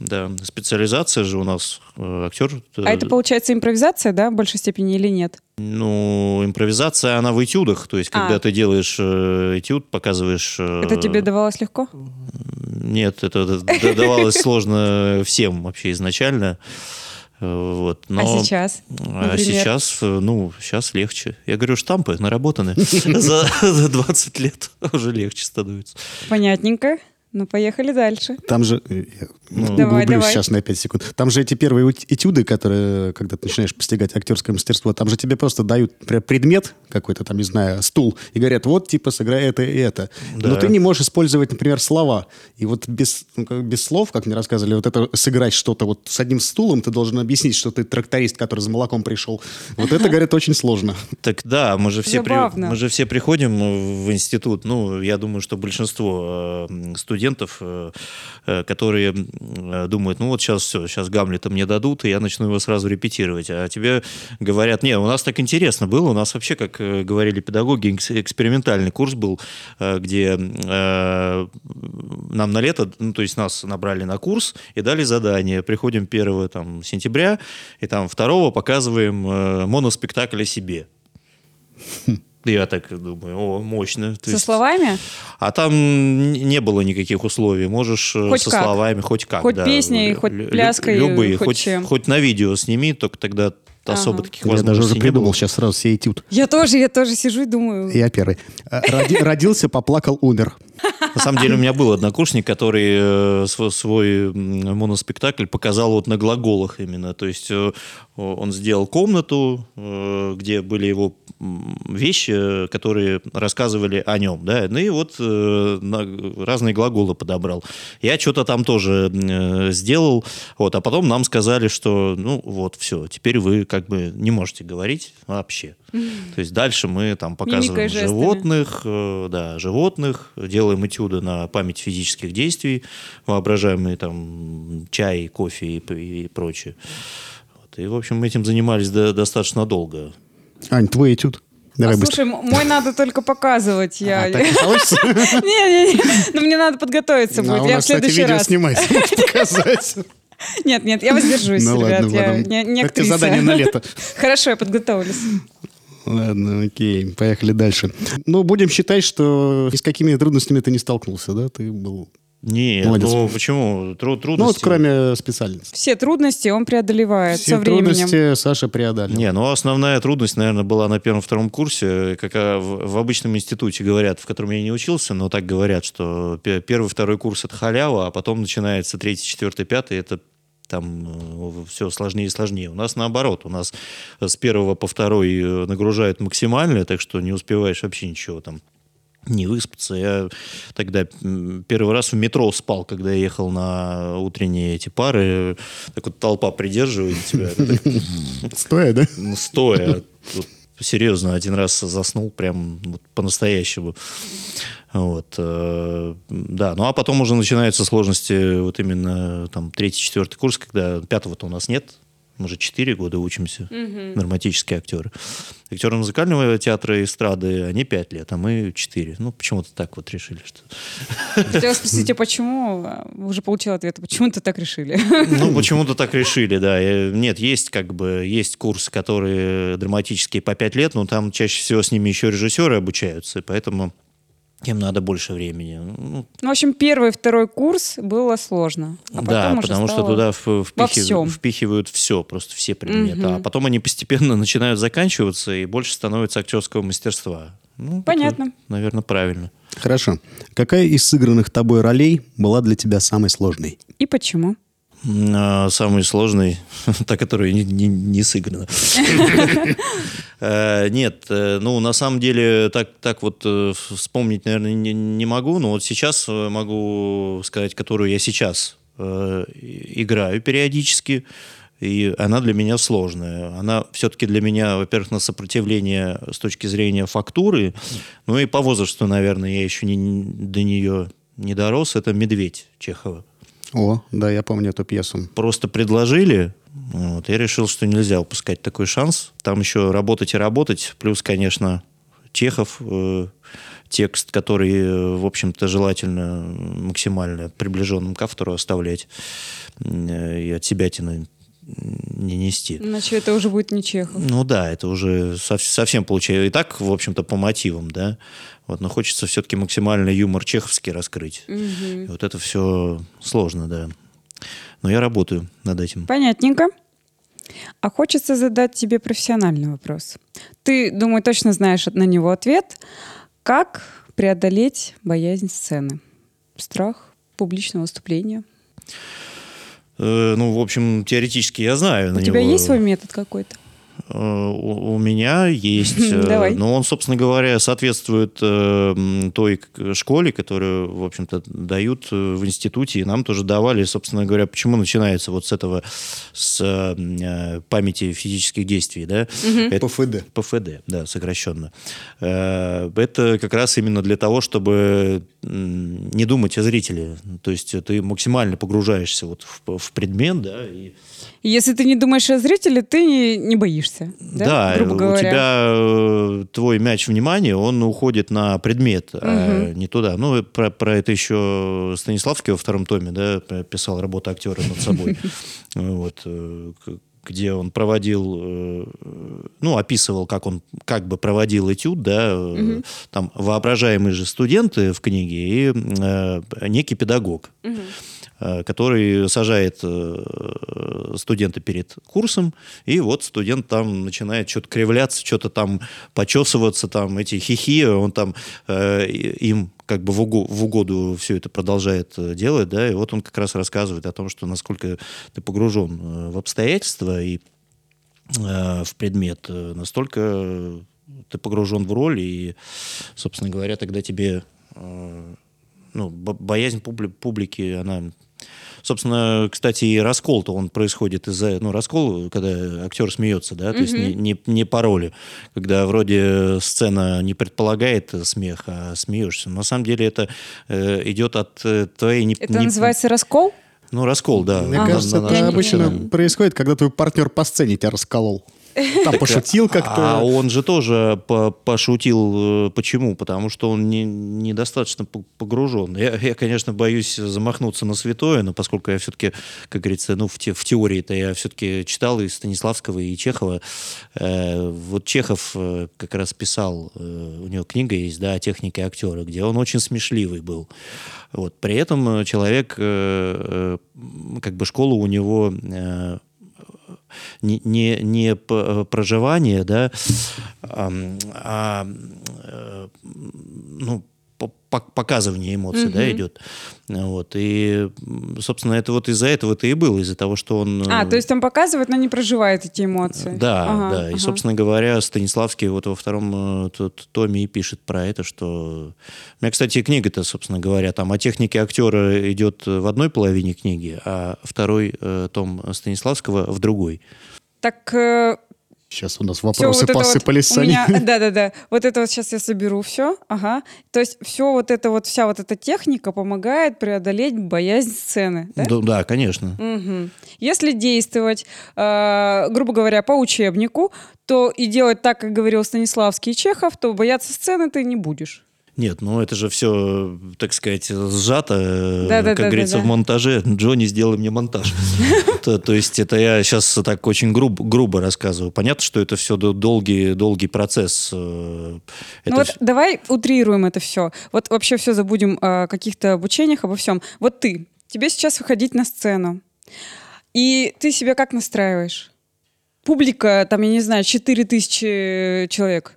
[SPEAKER 3] Да, специализация же у нас э, актер. э,
[SPEAKER 4] А это получается импровизация, да, в большей степени или нет?
[SPEAKER 3] Ну, импровизация, она в этюдах. То есть, когда
[SPEAKER 4] А.
[SPEAKER 3] ты делаешь э, этюд, показываешь... э,
[SPEAKER 4] Это тебе давалось легко? А
[SPEAKER 3] Нет, это д- д- давалось сложно всем вообще изначально. Э, Вот, но...
[SPEAKER 4] А сейчас?
[SPEAKER 3] А
[SPEAKER 4] Например?
[SPEAKER 3] сейчас, э, ну, сейчас легче. Я говорю, штампы наработаны. За за 20 лет уже легче становится.
[SPEAKER 4] Понятненько. Ну, поехали дальше.
[SPEAKER 1] Там же... э, я
[SPEAKER 3] Ну.
[SPEAKER 4] Давай,
[SPEAKER 1] углублюсь
[SPEAKER 4] давай.
[SPEAKER 1] сейчас на 5 секунд. Там же эти первые ут- этюды, которые, когда ты начинаешь постигать актерское мастерство, там же тебе просто дают прям предмет какой-то, там, не знаю, стул, и говорят, вот, типа, сыграй это и это. Но
[SPEAKER 3] Да.
[SPEAKER 1] ты не можешь использовать, например, слова. И вот без, ну, как- без слов, как мне рассказывали, вот это сыграть что-то вот с одним стулом, ты должен объяснить, что ты тракторист, который за молоком пришел. Вот это, говорят, очень сложно.
[SPEAKER 3] Так да, мы же все, при-
[SPEAKER 4] Забавно.
[SPEAKER 3] мы же все приходим в институт. Ну, я думаю, что большинство э, м, студентов, э, э, которые м, э, думают, ну вот сейчас все, сейчас Гамлета мне дадут, и я начну его сразу репетировать. А тебе говорят, не, у нас так интересно было, у нас вообще, как э, говорили педагоги, экс- экспериментальный курс был, э, где э, нам на лето, ну, то есть нас набрали на курс и дали задание. Приходим 1 там, сентября, и там 2 показываем э, моноспектакль о себе. Я так думаю, о, мощно. То
[SPEAKER 4] Со
[SPEAKER 3] есть-
[SPEAKER 4] словами?
[SPEAKER 3] А там н- не было никаких условий. Можешь э,
[SPEAKER 4] Хоть
[SPEAKER 3] со
[SPEAKER 4] как.
[SPEAKER 3] словами, хоть как.
[SPEAKER 4] Хоть
[SPEAKER 3] да.
[SPEAKER 4] песней, хоть
[SPEAKER 3] Лю-
[SPEAKER 4] пляской,
[SPEAKER 3] Любые,
[SPEAKER 4] хоть
[SPEAKER 3] хоть,
[SPEAKER 4] чем.
[SPEAKER 3] хоть на видео сними, только тогда особо
[SPEAKER 4] Ага.
[SPEAKER 3] таких
[SPEAKER 1] Я даже уже
[SPEAKER 3] возможностей не
[SPEAKER 1] придумал
[SPEAKER 3] было.
[SPEAKER 1] сейчас сразу все этюд.
[SPEAKER 4] Я тоже, я тоже сижу и думаю.
[SPEAKER 1] Я первый. Э, роди- Родился, поплакал, умер.
[SPEAKER 3] На самом деле у меня был однокурсник, который э, свой, свой, м, моноспектакль показал вот на глаголах именно. То есть э, он сделал комнату, э, где были его м, вещи, э, которые рассказывали о нем. Да? Ну и вот э, на- разные глаголы подобрал. Я что-то там тоже э, сделал. Вот. А потом нам сказали, что ну вот, все, теперь вы как бы не можете говорить вообще. То есть дальше мы там показываем
[SPEAKER 4] жестами.
[SPEAKER 3] животных, животных, э, да, животных, делаем этюды на память физических действий, воображаемые там чай, кофе и, п- и прочее. Вот. И, в общем, мы этим занимались до- достаточно долго.
[SPEAKER 1] Ань, твой этюд. Давай
[SPEAKER 4] а,
[SPEAKER 1] быстро.
[SPEAKER 4] слушай, м- мой надо только показывать. Я...
[SPEAKER 1] А, так не получится?
[SPEAKER 4] Не-не-не, ну мне надо подготовиться
[SPEAKER 1] Ну, а
[SPEAKER 4] будет.
[SPEAKER 1] у
[SPEAKER 4] Я в
[SPEAKER 1] нас, кстати,
[SPEAKER 4] следующий
[SPEAKER 1] видео
[SPEAKER 4] раз.
[SPEAKER 1] снимать, показать.
[SPEAKER 4] Нет, нет, я воздержусь,
[SPEAKER 1] Ну
[SPEAKER 4] ребят.
[SPEAKER 1] ладно,
[SPEAKER 4] я
[SPEAKER 1] потом.
[SPEAKER 4] не, не
[SPEAKER 1] Это тебе
[SPEAKER 4] актриса.
[SPEAKER 1] задание на лето.
[SPEAKER 4] Хорошо, я подготовлюсь.
[SPEAKER 1] Ладно, окей, поехали дальше. Ну, будем считать, что ни с какими трудностями ты не столкнулся, да? Ты был...
[SPEAKER 3] Не,
[SPEAKER 1] Молодец.
[SPEAKER 3] ну почему? Тру- трудности.
[SPEAKER 1] Ну, вот кроме специальности.
[SPEAKER 4] Все трудности он преодолевает
[SPEAKER 1] Все
[SPEAKER 4] со временем.
[SPEAKER 1] трудности Саша преодолел.
[SPEAKER 3] Не, ну основная трудность, наверное, была на первом-втором курсе, как а, в, в обычном институте говорят, в котором я не учился, но так говорят, что пе- первый-второй курс это халява, а потом начинается третий, четвертый, пятый, это там все сложнее и сложнее. У нас наоборот, у нас с первого по второй э, нагружают максимально, так что не успеваешь вообще ничего там не выспаться. Я тогда м, первый раз в метро спал, когда я ехал на утренние эти пары. Так вот толпа придерживает тебя. Ты так
[SPEAKER 1] Стоя, да?
[SPEAKER 3] ну, стоя. Вот, серьезно, один раз заснул прям вот по-настоящему. Вот, э, да, ну а потом уже начинаются сложности вот именно там третий, четвертый курс, когда пятого-то у нас нет, мы же четыре года учимся, драматические актеры. Актеры музыкального театра и эстрады, они пять лет, а мы четыре. Ну, почему-то так вот решили, что...
[SPEAKER 4] Хотела спросить, а почему? А, Уже получил ответ. а Почему ты так решили?
[SPEAKER 3] Ну, почему-то так решили, да. Э, Нет, есть как бы, есть курсы, которые драматические по пять лет, но там чаще всего с ними еще режиссеры обучаются, и поому им надо больше времени. Ну,
[SPEAKER 4] Ну, в общем, первый и второй курс было сложно. А
[SPEAKER 3] да,
[SPEAKER 4] потом уже
[SPEAKER 3] потому что
[SPEAKER 4] стало-
[SPEAKER 3] туда в- впихи-
[SPEAKER 4] во всем.
[SPEAKER 3] впихивают все, просто все предметы.
[SPEAKER 4] Мгм.
[SPEAKER 3] А потом они постепенно начинают заканчиваться, и больше становится актерского мастерства. Ну,
[SPEAKER 4] Понятно.
[SPEAKER 3] наверное, правильно.
[SPEAKER 1] Хорошо. Какая из сыгранных тобой ролей была для тебя самой сложной?
[SPEAKER 4] И почему?
[SPEAKER 3] А, Самый сложный, та, которая не, не- не сыграна. Э, Нет, э, ну, на самом деле, так, так вот э, вспомнить, наверное, не, не могу, но вот сейчас э, могу сказать, которую я сейчас э, и- играю периодически, и она для меня сложная. Она все-таки для меня, во-первых, на сопротивление с точки зрения фактуры, ну и по возрасту, наверное, я еще не- не- до нее не дорос. Это «Медведь» Чехова
[SPEAKER 1] О, да, я помню эту пьесу.
[SPEAKER 3] просто предложили. Вот, я решил, что нельзя упускать такой шанс. Там еще работать и работать. Плюс, конечно, Чехов, э, текст, который, э, в общем-то, желательно максимально приближенным к автору оставлять э, и от себя не нести.
[SPEAKER 4] Иначе это уже будет не Чехов.
[SPEAKER 3] Ну да, это уже сов- совсем получается. И так, в общем-то, по мотивам, да. Вот, но хочется все-таки максимально юмор чеховский раскрыть. И вот это все сложно, да. Но я работаю над этим.
[SPEAKER 4] Понятненько. А хочется задать тебе профессиональный вопрос. Ты, думаю, точно знаешь на него ответ. Как преодолеть боязнь сцены? Страх публичного выступления.
[SPEAKER 3] Э, ну, в общем, теоретически я знаю.
[SPEAKER 4] У тебя есть свой метод какой-то?
[SPEAKER 3] Э, У у меня есть. э,
[SPEAKER 4] Давай.
[SPEAKER 3] Но он, собственно говоря, соответствует э, м, той к- школе, которую, в общем-то, дают э, в институте. И нам тоже давали, собственно говоря, почему начинается вот с этого, с э, м, э, памяти физических действий, да? Это-
[SPEAKER 1] ПФД.
[SPEAKER 3] ПФД, да, сокращенно. Э, Это как раз именно для того, чтобы м, не думать о зрителе. То есть э, ты максимально погружаешься вот в, в предмет, да, и
[SPEAKER 4] И Если ты не думаешь о зрителе, ты не, не боишься. Да,
[SPEAKER 3] Да,
[SPEAKER 4] грубо
[SPEAKER 3] у
[SPEAKER 4] говоря.
[SPEAKER 3] тебя э, твой мяч внимания, он уходит на предмет, а не туда. Ну, и про, про это еще Станиславский во втором томе да, писал «Работа актера над собой», вот, э, к- где он проводил, э, ну, описывал, как он как бы проводил этюд, да, э, там воображаемые же студенты в книге и э, некий педагог э, который сажает э, студента перед курсом, и вот студент там начинает что-то кривляться, что-то там почесываться, там эти хихи, он там э, и- им как бы в уго- в угоду все это продолжает э, делать, да, и вот он как раз рассказывает о том, что насколько ты погружен э, в обстоятельства и э, в предмет, э, настолько э, ты погружен в роль, и, собственно говоря, тогда тебе э, ну, бо- боязнь публи- публики, она... Собственно, кстати, и раскол-то он происходит из-за... Ну, раскол, когда актер смеется, да, то есть не, не, не по роли, когда вроде сцена не предполагает э, смех, а смеешься. На самом деле это э, идет от э, твоей... Не,
[SPEAKER 4] Это
[SPEAKER 3] не-
[SPEAKER 4] называется раскол?
[SPEAKER 3] Ну, раскол, да.
[SPEAKER 1] Мне
[SPEAKER 4] А,
[SPEAKER 3] На-
[SPEAKER 1] кажется,
[SPEAKER 3] на- на-
[SPEAKER 1] это
[SPEAKER 4] Я
[SPEAKER 3] на-
[SPEAKER 4] не
[SPEAKER 1] обычно
[SPEAKER 4] понимаю.
[SPEAKER 1] происходит, когда твой партнер по сцене тебя расколол. Там пошутил
[SPEAKER 3] А
[SPEAKER 1] как-то.
[SPEAKER 3] он же тоже по- пошутил. э, Почему? Потому что он не- недостаточно п- погружен. Я, я, конечно, боюсь замахнуться на святое, но поскольку я все-таки, как говорится, ну, в, те- в теории-то я все-таки читал и Станиславского, и Чехова. Э, вот Чехов э, как раз писал, э, у него книга есть, да, о технике актера, где он очень смешливый был. Вот. При этом э, человек, э, э, как бы школа у него... э, не, не, не п- э, проживание, да, ам, а э, ну, по- по- показывание эмоций, да, идет. Вот. И, м, собственно, это вот из-за этого это и было, из-за того, что он...
[SPEAKER 4] А,
[SPEAKER 3] э,
[SPEAKER 4] то есть он показывает, но не проживает эти эмоции.
[SPEAKER 3] да,
[SPEAKER 4] Ага,
[SPEAKER 3] да. И,
[SPEAKER 4] ага.
[SPEAKER 3] собственно говоря, Станиславский вот во втором э, тут томе и пишет про это, что... У меня, кстати, книга-то, собственно говоря, там о технике актера идет в одной половине книги, а второй э, том Станиславского в другой.
[SPEAKER 4] Так э,
[SPEAKER 1] Сейчас у нас
[SPEAKER 4] Всё
[SPEAKER 1] вопросы
[SPEAKER 4] вот это вот
[SPEAKER 1] посыпались,
[SPEAKER 4] у
[SPEAKER 1] Саня.
[SPEAKER 4] меня- Да-да-да. Вот это вот сейчас я соберу все. Ага. То есть все вот это вот, вся вот эта техника помогает преодолеть боязнь сцены, да?
[SPEAKER 3] Ну, Да, да, конечно.
[SPEAKER 4] Мгм. Если действовать, э, грубо говоря, по учебнику, то и делать так, как говорил Станиславский и Чехов, то бояться сцены ты не будешь.
[SPEAKER 3] Нет, ну это же все, так сказать, сжато, э,
[SPEAKER 4] Да-да-да-да-да.
[SPEAKER 3] как говорится, в монтаже. Джонни, сделай мне монтаж. То то есть это я сейчас так очень грубо, грубо рассказываю. Понятно, что это все долгий, долгий процесс. э, это
[SPEAKER 4] ну вот
[SPEAKER 3] всё-
[SPEAKER 4] давай утрируем это все. Вот вообще все забудем о каких-то обучениях, обо всем. Вот ты, тебе сейчас выходить на сцену. И ты себя как настраиваешь? Публика, там, я не знаю, 4000 человек.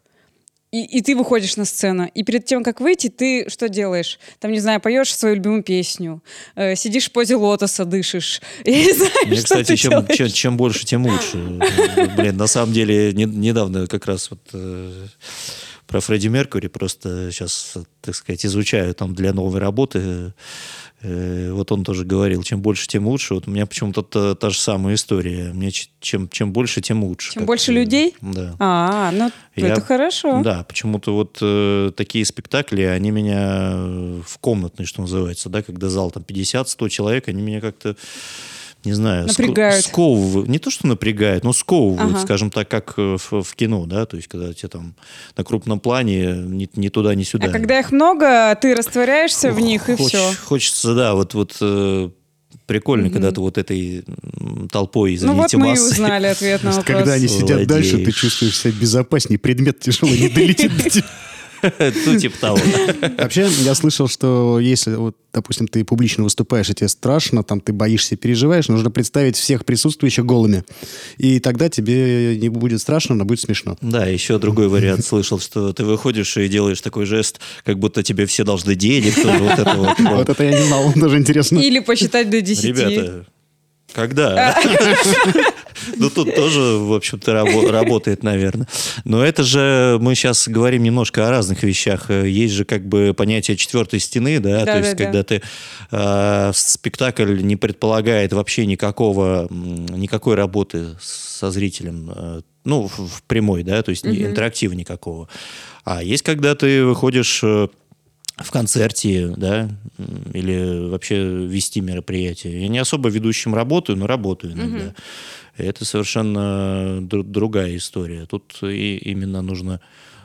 [SPEAKER 4] И, и ты выходишь на сцену. И перед тем, как выйти, ты что делаешь? Там, не знаю, поешь свою любимую песню, э, сидишь в позе лотоса, дышишь. Я не знаю,
[SPEAKER 3] Мне,
[SPEAKER 4] что
[SPEAKER 3] кстати,
[SPEAKER 4] ты
[SPEAKER 3] чем,
[SPEAKER 4] делаешь.
[SPEAKER 3] чем, чем больше, тем лучше. Блин, на самом деле, не- недавно как раз вот э, про Фредди Меркури просто сейчас, так сказать, изучаю там для новой работы. Э, Вот он тоже говорил, чем больше, тем лучше. Вот у меня почему-то та, та же самая история. Мне ч- чем, чем больше, тем лучше.
[SPEAKER 4] Чем
[SPEAKER 3] Как-то,
[SPEAKER 4] больше людей?
[SPEAKER 3] Да.
[SPEAKER 4] А, ну
[SPEAKER 3] Я-
[SPEAKER 4] это хорошо.
[SPEAKER 3] Да, почему-то вот э, такие спектакли, они меня э, в комнатный, что называется, да, когда зал там 50-100 человек, они меня как-то, не знаю, ск-
[SPEAKER 4] Напрягают.
[SPEAKER 3] сковывают. Не то, что напрягают, но сковывают,
[SPEAKER 4] Ага.
[SPEAKER 3] скажем так, как э, в, в кино, да, то есть когда тебе там на крупном плане ни, ни туда, ни сюда.
[SPEAKER 4] А когда их много, ты растворяешься в них, и
[SPEAKER 3] Хоч-
[SPEAKER 4] все.
[SPEAKER 3] Хочется, да, вот, вот э, прикольно, когда ты вот этой м, толпой,
[SPEAKER 4] Ну вот
[SPEAKER 3] извините,
[SPEAKER 4] мы и
[SPEAKER 3] массы,
[SPEAKER 4] узнали ответ на
[SPEAKER 1] То есть,
[SPEAKER 4] вопрос.
[SPEAKER 1] когда они сидят
[SPEAKER 3] Владеешь.
[SPEAKER 1] дальше, ты чувствуешь себя безопаснее, предмет тяжело не долетит до тебя.
[SPEAKER 3] ну типа того.
[SPEAKER 1] Вообще, я слышал, что если, вот, допустим, ты публично выступаешь, и тебе страшно, там, ты боишься, переживаешь, нужно представить всех присутствующих голыми. И тогда тебе не будет страшно, но будет смешно.
[SPEAKER 3] Да, еще другой вариант слышал, что ты выходишь и делаешь такой жест, как будто тебе все должны денег. тоже Вот это вот.
[SPEAKER 1] Вот это я не знал, даже интересно.
[SPEAKER 4] Или посчитать до 10.
[SPEAKER 3] ну, Ребята, когда? Ну, тут тоже, в общем-то, рабо- работает, наверное. Но это же мы сейчас говорим немножко о разных вещах. Э, Есть же как бы понятие четвертой стены, да, то
[SPEAKER 4] Да,
[SPEAKER 3] есть
[SPEAKER 4] да, да.
[SPEAKER 3] когда ты э, спектакль не предполагает вообще никакого, м, никакой работы со зрителем, э, ну, в в прямой, да, то есть ни- интерактива никакого. А есть, когда ты выходишь э, в концерте, да, м, или вообще вести мероприятие. Я не особо ведущим работаю, но работаю иногда. Это совершенно э, дру- другая история. Тут и именно нужно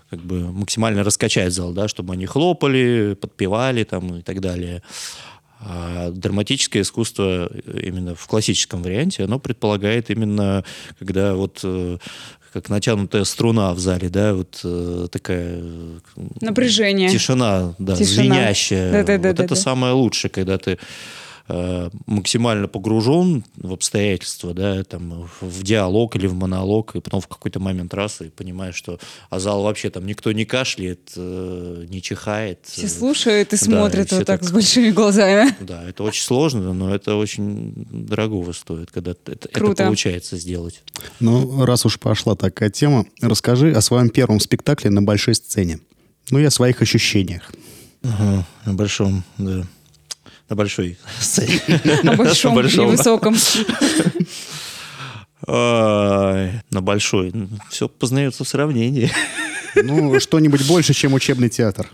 [SPEAKER 3] как бы максимально раскачать зал, да, чтобы они хлопали, подпевали там и так далее. А драматическое искусство э, именно в классическом варианте, оно предполагает именно, когда вот э, как натянутая струна в зале, да, вот э, такая э,
[SPEAKER 4] Напряжение.
[SPEAKER 3] Тишина, да,
[SPEAKER 4] Тишина.
[SPEAKER 3] звенящая.
[SPEAKER 4] Да-да-да-да-да.
[SPEAKER 3] вот это самое лучшее, когда ты э, максимально погружен в обстоятельства, да, там, в- в диалог или в монолог, и потом в какой-то момент раз и понимаешь, что а зал вообще там никто не кашляет, э, не чихает.
[SPEAKER 4] Все
[SPEAKER 3] э,
[SPEAKER 4] слушают и
[SPEAKER 3] Да,
[SPEAKER 4] смотрят
[SPEAKER 3] и все
[SPEAKER 4] вот так
[SPEAKER 3] так.
[SPEAKER 4] с большими глазами.
[SPEAKER 3] Да, это очень сложно, но это очень дорогого стоит, когда т- это, это
[SPEAKER 4] Круто.
[SPEAKER 3] получается сделать.
[SPEAKER 1] Ну, раз уж пошла такая тема, расскажи о своем первом спектакле на большой сцене. Ну и о своих ощущениях.
[SPEAKER 3] Ага, на большом, да. На большой сцене.
[SPEAKER 4] На большом и высоком.
[SPEAKER 3] Ай, На большой. Все познается в сравнении.
[SPEAKER 1] Ну, что-нибудь больше, чем учебный театр.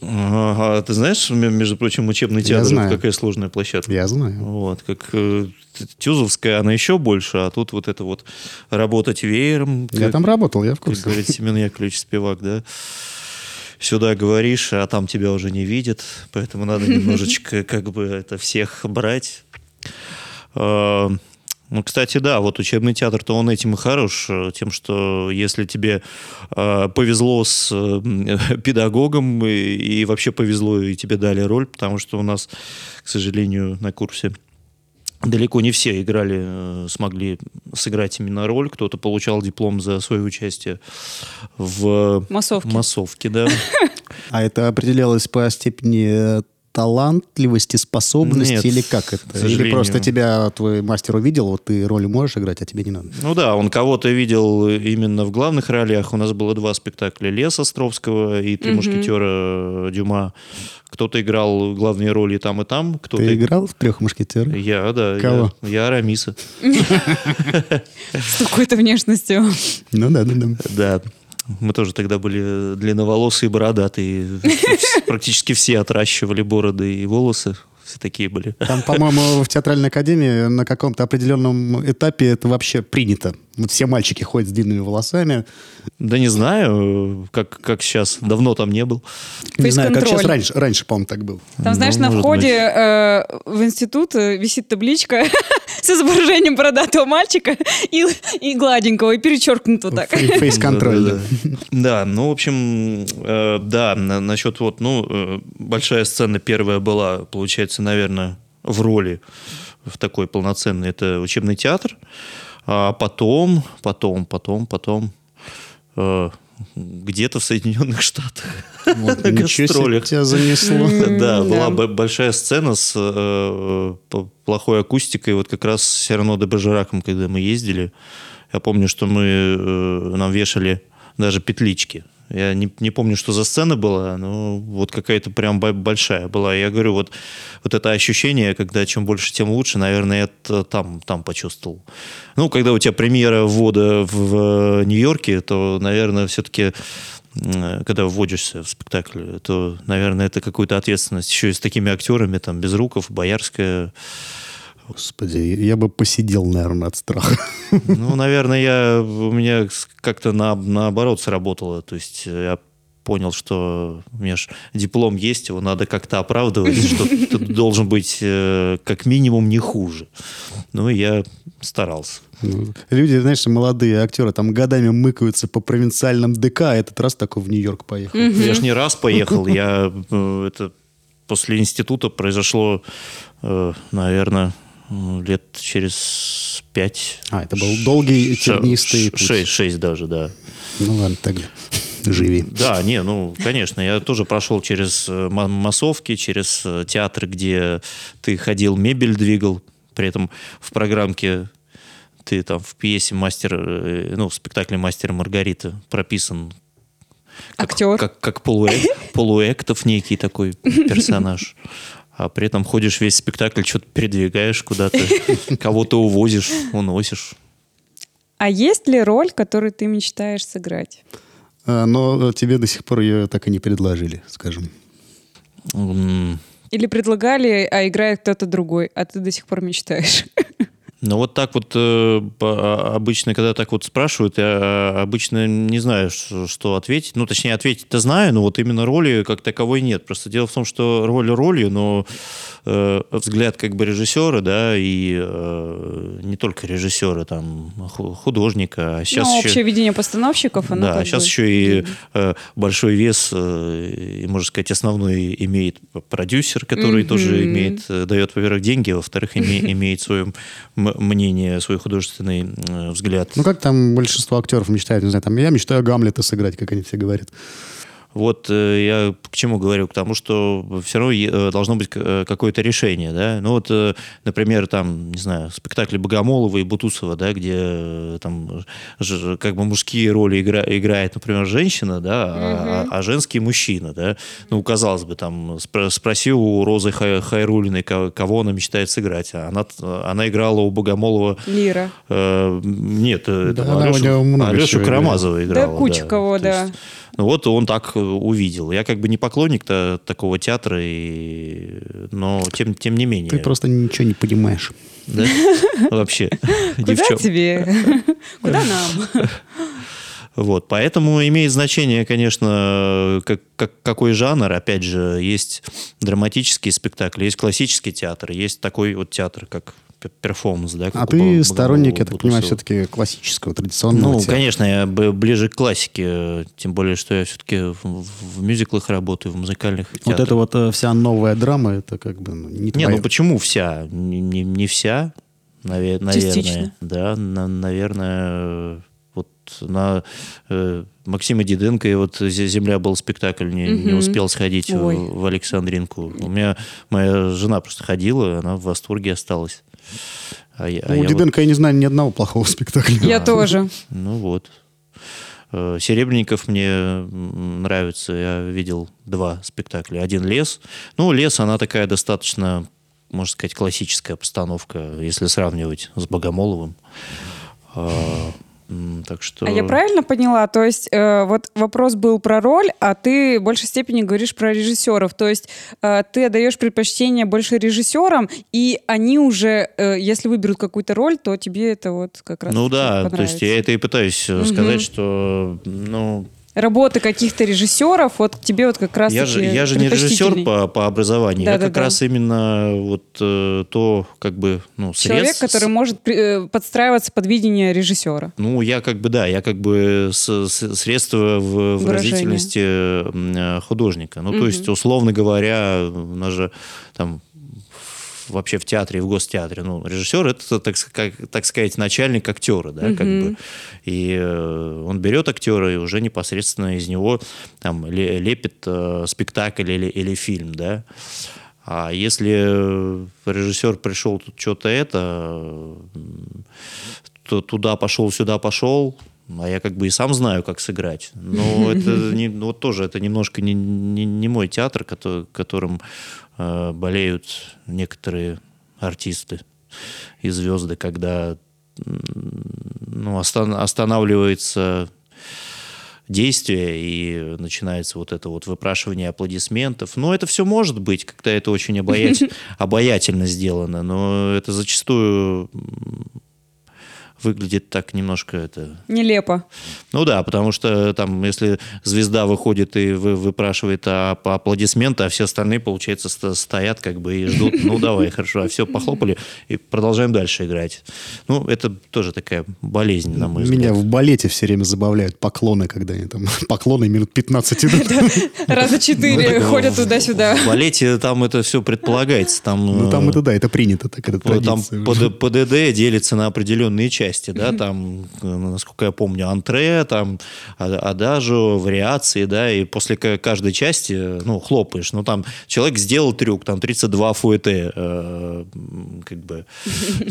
[SPEAKER 3] Ага, ты знаешь, м- между прочим, учебный
[SPEAKER 1] Я
[SPEAKER 3] театр это
[SPEAKER 1] знаю.
[SPEAKER 3] какая сложная площадка.
[SPEAKER 1] Я знаю.
[SPEAKER 3] Вот, как э, Т- Тюзовская, она еще больше, а тут вот это вот работать веером,
[SPEAKER 1] Я
[SPEAKER 3] как,
[SPEAKER 1] там работал, я в
[SPEAKER 3] как
[SPEAKER 1] курсе.
[SPEAKER 3] говорит Семен Яковлевич Спивак, да. Сюда говоришь, а там тебя уже не видят, поэтому надо немножечко как бы это всех брать. Э, Ну, кстати, да, вот учебный театр-то он этим и хорош, э, тем, что если тебе э, повезло с э, м, педагогом и, и вообще повезло, и тебе дали роль, потому что у нас, к сожалению, на курсе далеко не все играли, э, смогли сыграть именно роль. Кто-то получал диплом за свое участие в
[SPEAKER 4] Массовки.
[SPEAKER 3] массовке, да.
[SPEAKER 1] А это определялось по степени э, талантливости, способности
[SPEAKER 3] Нет,
[SPEAKER 1] или как
[SPEAKER 3] к
[SPEAKER 1] это? Или
[SPEAKER 3] сожалению.
[SPEAKER 1] просто тебя твой мастер увидел, вот ты роль можешь играть, а тебе не надо.
[SPEAKER 3] Ну да, он кого-то видел именно в главных ролях. У нас было два спектакля «Лес» Островского и «Три
[SPEAKER 4] Мгм.
[SPEAKER 3] мушкетера» Дюма. Кто-то играл главные роли и там и там, кто-то...
[SPEAKER 1] Ты играл в «Трех мушкетерах»?
[SPEAKER 3] Я, да. я-
[SPEAKER 1] Кого?
[SPEAKER 3] Я, Арамиса.
[SPEAKER 4] С такой-то внешностью.
[SPEAKER 1] Ну да, да, да.
[SPEAKER 3] Да. Мы тоже тогда были длинноволосые, бородатые. Практически все отращивали бороды и волосы. Все такие были.
[SPEAKER 1] Там, по-моему, в театральной академии на каком-то определенном этапе это вообще принято. Вот все мальчики ходят с длинными волосами.
[SPEAKER 3] Да не знаю, как, как сейчас. Давно там не был.
[SPEAKER 1] Не знаю, как
[SPEAKER 4] Фейс-контроль.
[SPEAKER 1] сейчас раньше. Раньше, по-моему, так было.
[SPEAKER 4] Там,
[SPEAKER 3] Ну,
[SPEAKER 4] знаешь, на
[SPEAKER 3] может
[SPEAKER 4] входе
[SPEAKER 3] быть.
[SPEAKER 4] э, в институт э, висит табличка с изображением бородатого мальчика и, и гладенького, и перечеркнуто так.
[SPEAKER 1] Фей- Фейс-контроль. да.
[SPEAKER 3] Да, ну, в общем, э, да, на- насчет вот, ну, э, большая сцена первая была, получается, наверное, в роли в такой полноценной. Это учебный театр. А потом, потом, потом, потом э, где-то в Соединенных Штатах.
[SPEAKER 1] Вот,
[SPEAKER 3] На
[SPEAKER 1] ничего себе
[SPEAKER 3] гастролях.
[SPEAKER 1] тебя занесло.
[SPEAKER 4] М,
[SPEAKER 3] Да,
[SPEAKER 4] да.
[SPEAKER 3] была б- большая сцена с э, п- плохой акустикой. Вот как раз с Серно де Бержераком, когда мы ездили, я помню, что мы э, нам вешали даже петлички. Я не, не помню, что за сцена была, но вот какая-то прям бо- большая была. Я говорю, вот, вот это ощущение, когда чем больше, тем лучше, наверное, это там, там почувствовал. Ну, когда у тебя премьера ввода в, в э, Нью-Йорке, то, наверное, все-таки м, Э, когда вводишься в спектакль, то, наверное, это какую-то ответственность. Еще и с такими актерами, там, Безруков, Боярская.
[SPEAKER 1] Господи, я бы посидел, наверное, от страха.
[SPEAKER 3] Ну, наверное, я, у меня с- как-то на, наоборот сработало. То есть э, я понял, что у меня ж диплом есть, его надо как-то оправдывать, что ты должен быть э, как минимум не хуже. Ну, и я старался.
[SPEAKER 1] Ну, Люди, знаешь, молодые актеры там годами мыкаются по провинциальным ДК, а этот раз такой в Нью-Йорк поехал.
[SPEAKER 3] Я ж не раз поехал, я э, это после института произошло, наверное, лет через пять.
[SPEAKER 1] А, это был долгий и
[SPEAKER 3] Ша-
[SPEAKER 1] тернистый
[SPEAKER 3] ш-
[SPEAKER 1] путь.
[SPEAKER 3] Шесть, шесть даже, да.
[SPEAKER 1] Ну ладно, тогда живи.
[SPEAKER 3] Да, не, ну, конечно, я тоже прошел через э, ма- массовки, через э, театры, где ты ходил, мебель двигал, при этом в программке ты там в пьесе мастер, э, ну, в спектакле мастер и Маргарита прописан как,
[SPEAKER 4] Актер.
[SPEAKER 3] Как, как полуэ- полуэктов некий такой персонаж. А при этом ходишь весь спектакль, что-то передвигаешь куда-то, кого-то увозишь, уносишь.
[SPEAKER 4] А есть ли роль, которую ты мечтаешь сыграть?
[SPEAKER 1] А, Но тебе до сих пор ее так и не предложили, скажем.
[SPEAKER 3] М,
[SPEAKER 4] Или предлагали, а играет кто-то другой, а ты до сих пор мечтаешь?
[SPEAKER 3] Ну вот так вот э, по- а- обычно, когда так вот спрашивают, я а, обычно не знаю, что, что ответить. Ну, точнее, ответить-то знаю, но вот именно роли как таковой нет. Просто дело в том, что роль ролью, но э, взгляд как бы режиссера, да, и э, не только режиссера, там, ху- художника, а сейчас
[SPEAKER 4] ну,
[SPEAKER 3] еще...
[SPEAKER 4] общее видение постановщиков, оно
[SPEAKER 3] Да,
[SPEAKER 4] как
[SPEAKER 3] сейчас
[SPEAKER 4] бы-
[SPEAKER 3] еще и э, большой вес, э, и, можно сказать, основной имеет продюсер, который
[SPEAKER 4] Мгм.
[SPEAKER 3] тоже имеет, э, дает, во-первых, деньги, а во-вторых, име- имеет свое м- мнение, свой художественный м, э, взгляд.
[SPEAKER 1] Ну как там большинство актеров мечтают, не знаю, там я мечтаю Гамлета сыграть, как они все говорят.
[SPEAKER 3] Вот э, я к чему говорю? К тому, что все равно э, должно быть к- э, какое-то решение, да. Ну вот, э, например, там, не знаю, спектакли Богомолова и Бутусова, да, где э, там ж- как бы мужские роли игра- играет, например, женщина, да, а, а женский мужчина, да. Ну, казалось бы, там, спро- спроси у Розы Хай- Хайрулиной, ко- кого она мечтает сыграть. А Она, она играла у Богомолова...
[SPEAKER 4] Лира.
[SPEAKER 3] э, нет, э,
[SPEAKER 1] Да,
[SPEAKER 3] этого
[SPEAKER 1] она у
[SPEAKER 3] Алешу-
[SPEAKER 1] него много
[SPEAKER 3] Алешу
[SPEAKER 1] чего играет.
[SPEAKER 3] Карамазова
[SPEAKER 4] Да,
[SPEAKER 3] играла.
[SPEAKER 4] куча кого,
[SPEAKER 3] То есть-
[SPEAKER 4] да.
[SPEAKER 3] ну вот он так э, увидел. Я как бы не поклонник-то такого театра, и... но тем, тем не менее.
[SPEAKER 1] Ты просто ничего не понимаешь.
[SPEAKER 3] Да? Вообще. ни в
[SPEAKER 4] Куда
[SPEAKER 3] чем.
[SPEAKER 4] тебе? Куда нам?
[SPEAKER 3] Вот, поэтому имеет значение, конечно, как, как- какой жанр. Опять же, есть драматические спектакли, есть классический театр, есть такой вот театр, как пе- перформанс. Да, как
[SPEAKER 1] А
[SPEAKER 3] у Бо-
[SPEAKER 1] ты сторонник, я так
[SPEAKER 3] Богомолова,
[SPEAKER 1] понимаю,
[SPEAKER 3] Бутусова.
[SPEAKER 1] все-таки классического, традиционного
[SPEAKER 3] Ну,
[SPEAKER 1] театра.
[SPEAKER 3] конечно, я б- ближе к классике, э, тем более, что я все-таки в, в мюзиклах работаю, в музыкальных
[SPEAKER 1] Вот
[SPEAKER 3] театрах.
[SPEAKER 1] это вот э, вся новая драма, это как бы ну, не
[SPEAKER 3] Не,
[SPEAKER 1] твоё.
[SPEAKER 3] ну почему вся? Не, не- не вся, наве- наверное.
[SPEAKER 4] Частично.
[SPEAKER 3] Да, на- наверное, э, вот на э, Максима Диденко и вот «Зе- «Земля» был спектакль, не, не
[SPEAKER 4] Мгм.
[SPEAKER 3] успел сходить в,
[SPEAKER 4] Ой.
[SPEAKER 3] в Александринку. У меня моя жена просто ходила, она в восторге осталась. А я- а
[SPEAKER 1] Ну, у
[SPEAKER 3] я вот-
[SPEAKER 1] Диденко я не знаю ни одного плохого спектакля.
[SPEAKER 4] Я тоже.
[SPEAKER 3] ну вот. Э, Серебренников мне м, нравится. Я видел два спектакля. Один «Лес». Ну, «Лес», она такая достаточно, можно сказать, классическая постановка, если сравнивать с Богомоловым. А, м, Так что...
[SPEAKER 4] А я правильно поняла? То есть э, вот вопрос был про роль, а ты в большей степени говоришь про режиссеров. То есть э, ты отдаешь предпочтение больше режиссерам, и они уже, э, если выберут какую-то роль, то тебе это вот как раз
[SPEAKER 3] Ну да, то
[SPEAKER 4] понравится.
[SPEAKER 3] есть я это и пытаюсь э, сказать, что, ну,
[SPEAKER 4] Работы каких-то режиссеров, вот тебе вот как раз
[SPEAKER 3] Я же, я же не режиссер по, по образованию, я
[SPEAKER 4] Да-да-да.
[SPEAKER 3] как раз именно вот э, то, как бы, ну, срез,
[SPEAKER 4] Человек, который может при- э, подстраиваться под видение режиссера.
[SPEAKER 3] Ну, я как бы, да, я как бы э, с- с- средство в,
[SPEAKER 4] Выражение.
[SPEAKER 3] выразительности э, художника. Ну, то есть, условно говоря, у нас же там вообще в театре и в гостеатре. Ну, режиссер это, так, ска- как- так сказать, начальник актера, да, как бы. И э, он берет актера и уже непосредственно из него там ле- лепит э, спектакль или, или фильм, да. А если э, режиссер пришел тут что-то это, м, то туда пошел, сюда пошел, а я как бы и сам знаю, как сыграть. Но это не, ну, вот тоже это немножко не, не, не мой театр, кото- которым э, болеют некоторые артисты и звезды, когда м, ну, остан- останавливается действие и начинается вот это вот выпрашивание аплодисментов. Но это все может быть, когда это очень обаять- обаятельно сделано, но это зачастую м, выглядит так немножко это
[SPEAKER 4] Нелепо.
[SPEAKER 3] ну да, потому что там, если звезда выходит и вы- выпрашивает а- аплодисменты, а все остальные, получается, сто- стоят как бы и ждут, ну давай, хорошо, а все, похлопали, и продолжаем дальше играть. Ну, это тоже такая болезнь, на мой взгляд.
[SPEAKER 1] Меня в балете все время забавляют поклоны, когда они там... Поклоны минут 15 идут.
[SPEAKER 4] Раза
[SPEAKER 3] Ну,
[SPEAKER 4] четыре
[SPEAKER 3] так,
[SPEAKER 4] ходят
[SPEAKER 3] в-
[SPEAKER 4] туда-сюда.
[SPEAKER 3] В балете э, там это все предполагается. Там,
[SPEAKER 1] Ну, там
[SPEAKER 3] э,
[SPEAKER 1] это да, это принято, так это
[SPEAKER 3] Ну, Там
[SPEAKER 1] традиция. уже.
[SPEAKER 3] ПД ПДД делится на определенные части, да, там, э, насколько я помню, антре, там, а- адажу, вариации, да, и после ка- каждой части, э, ну, хлопаешь, ну, там, человек сделал трюк, там, 32 фуэте, э, м, как бы,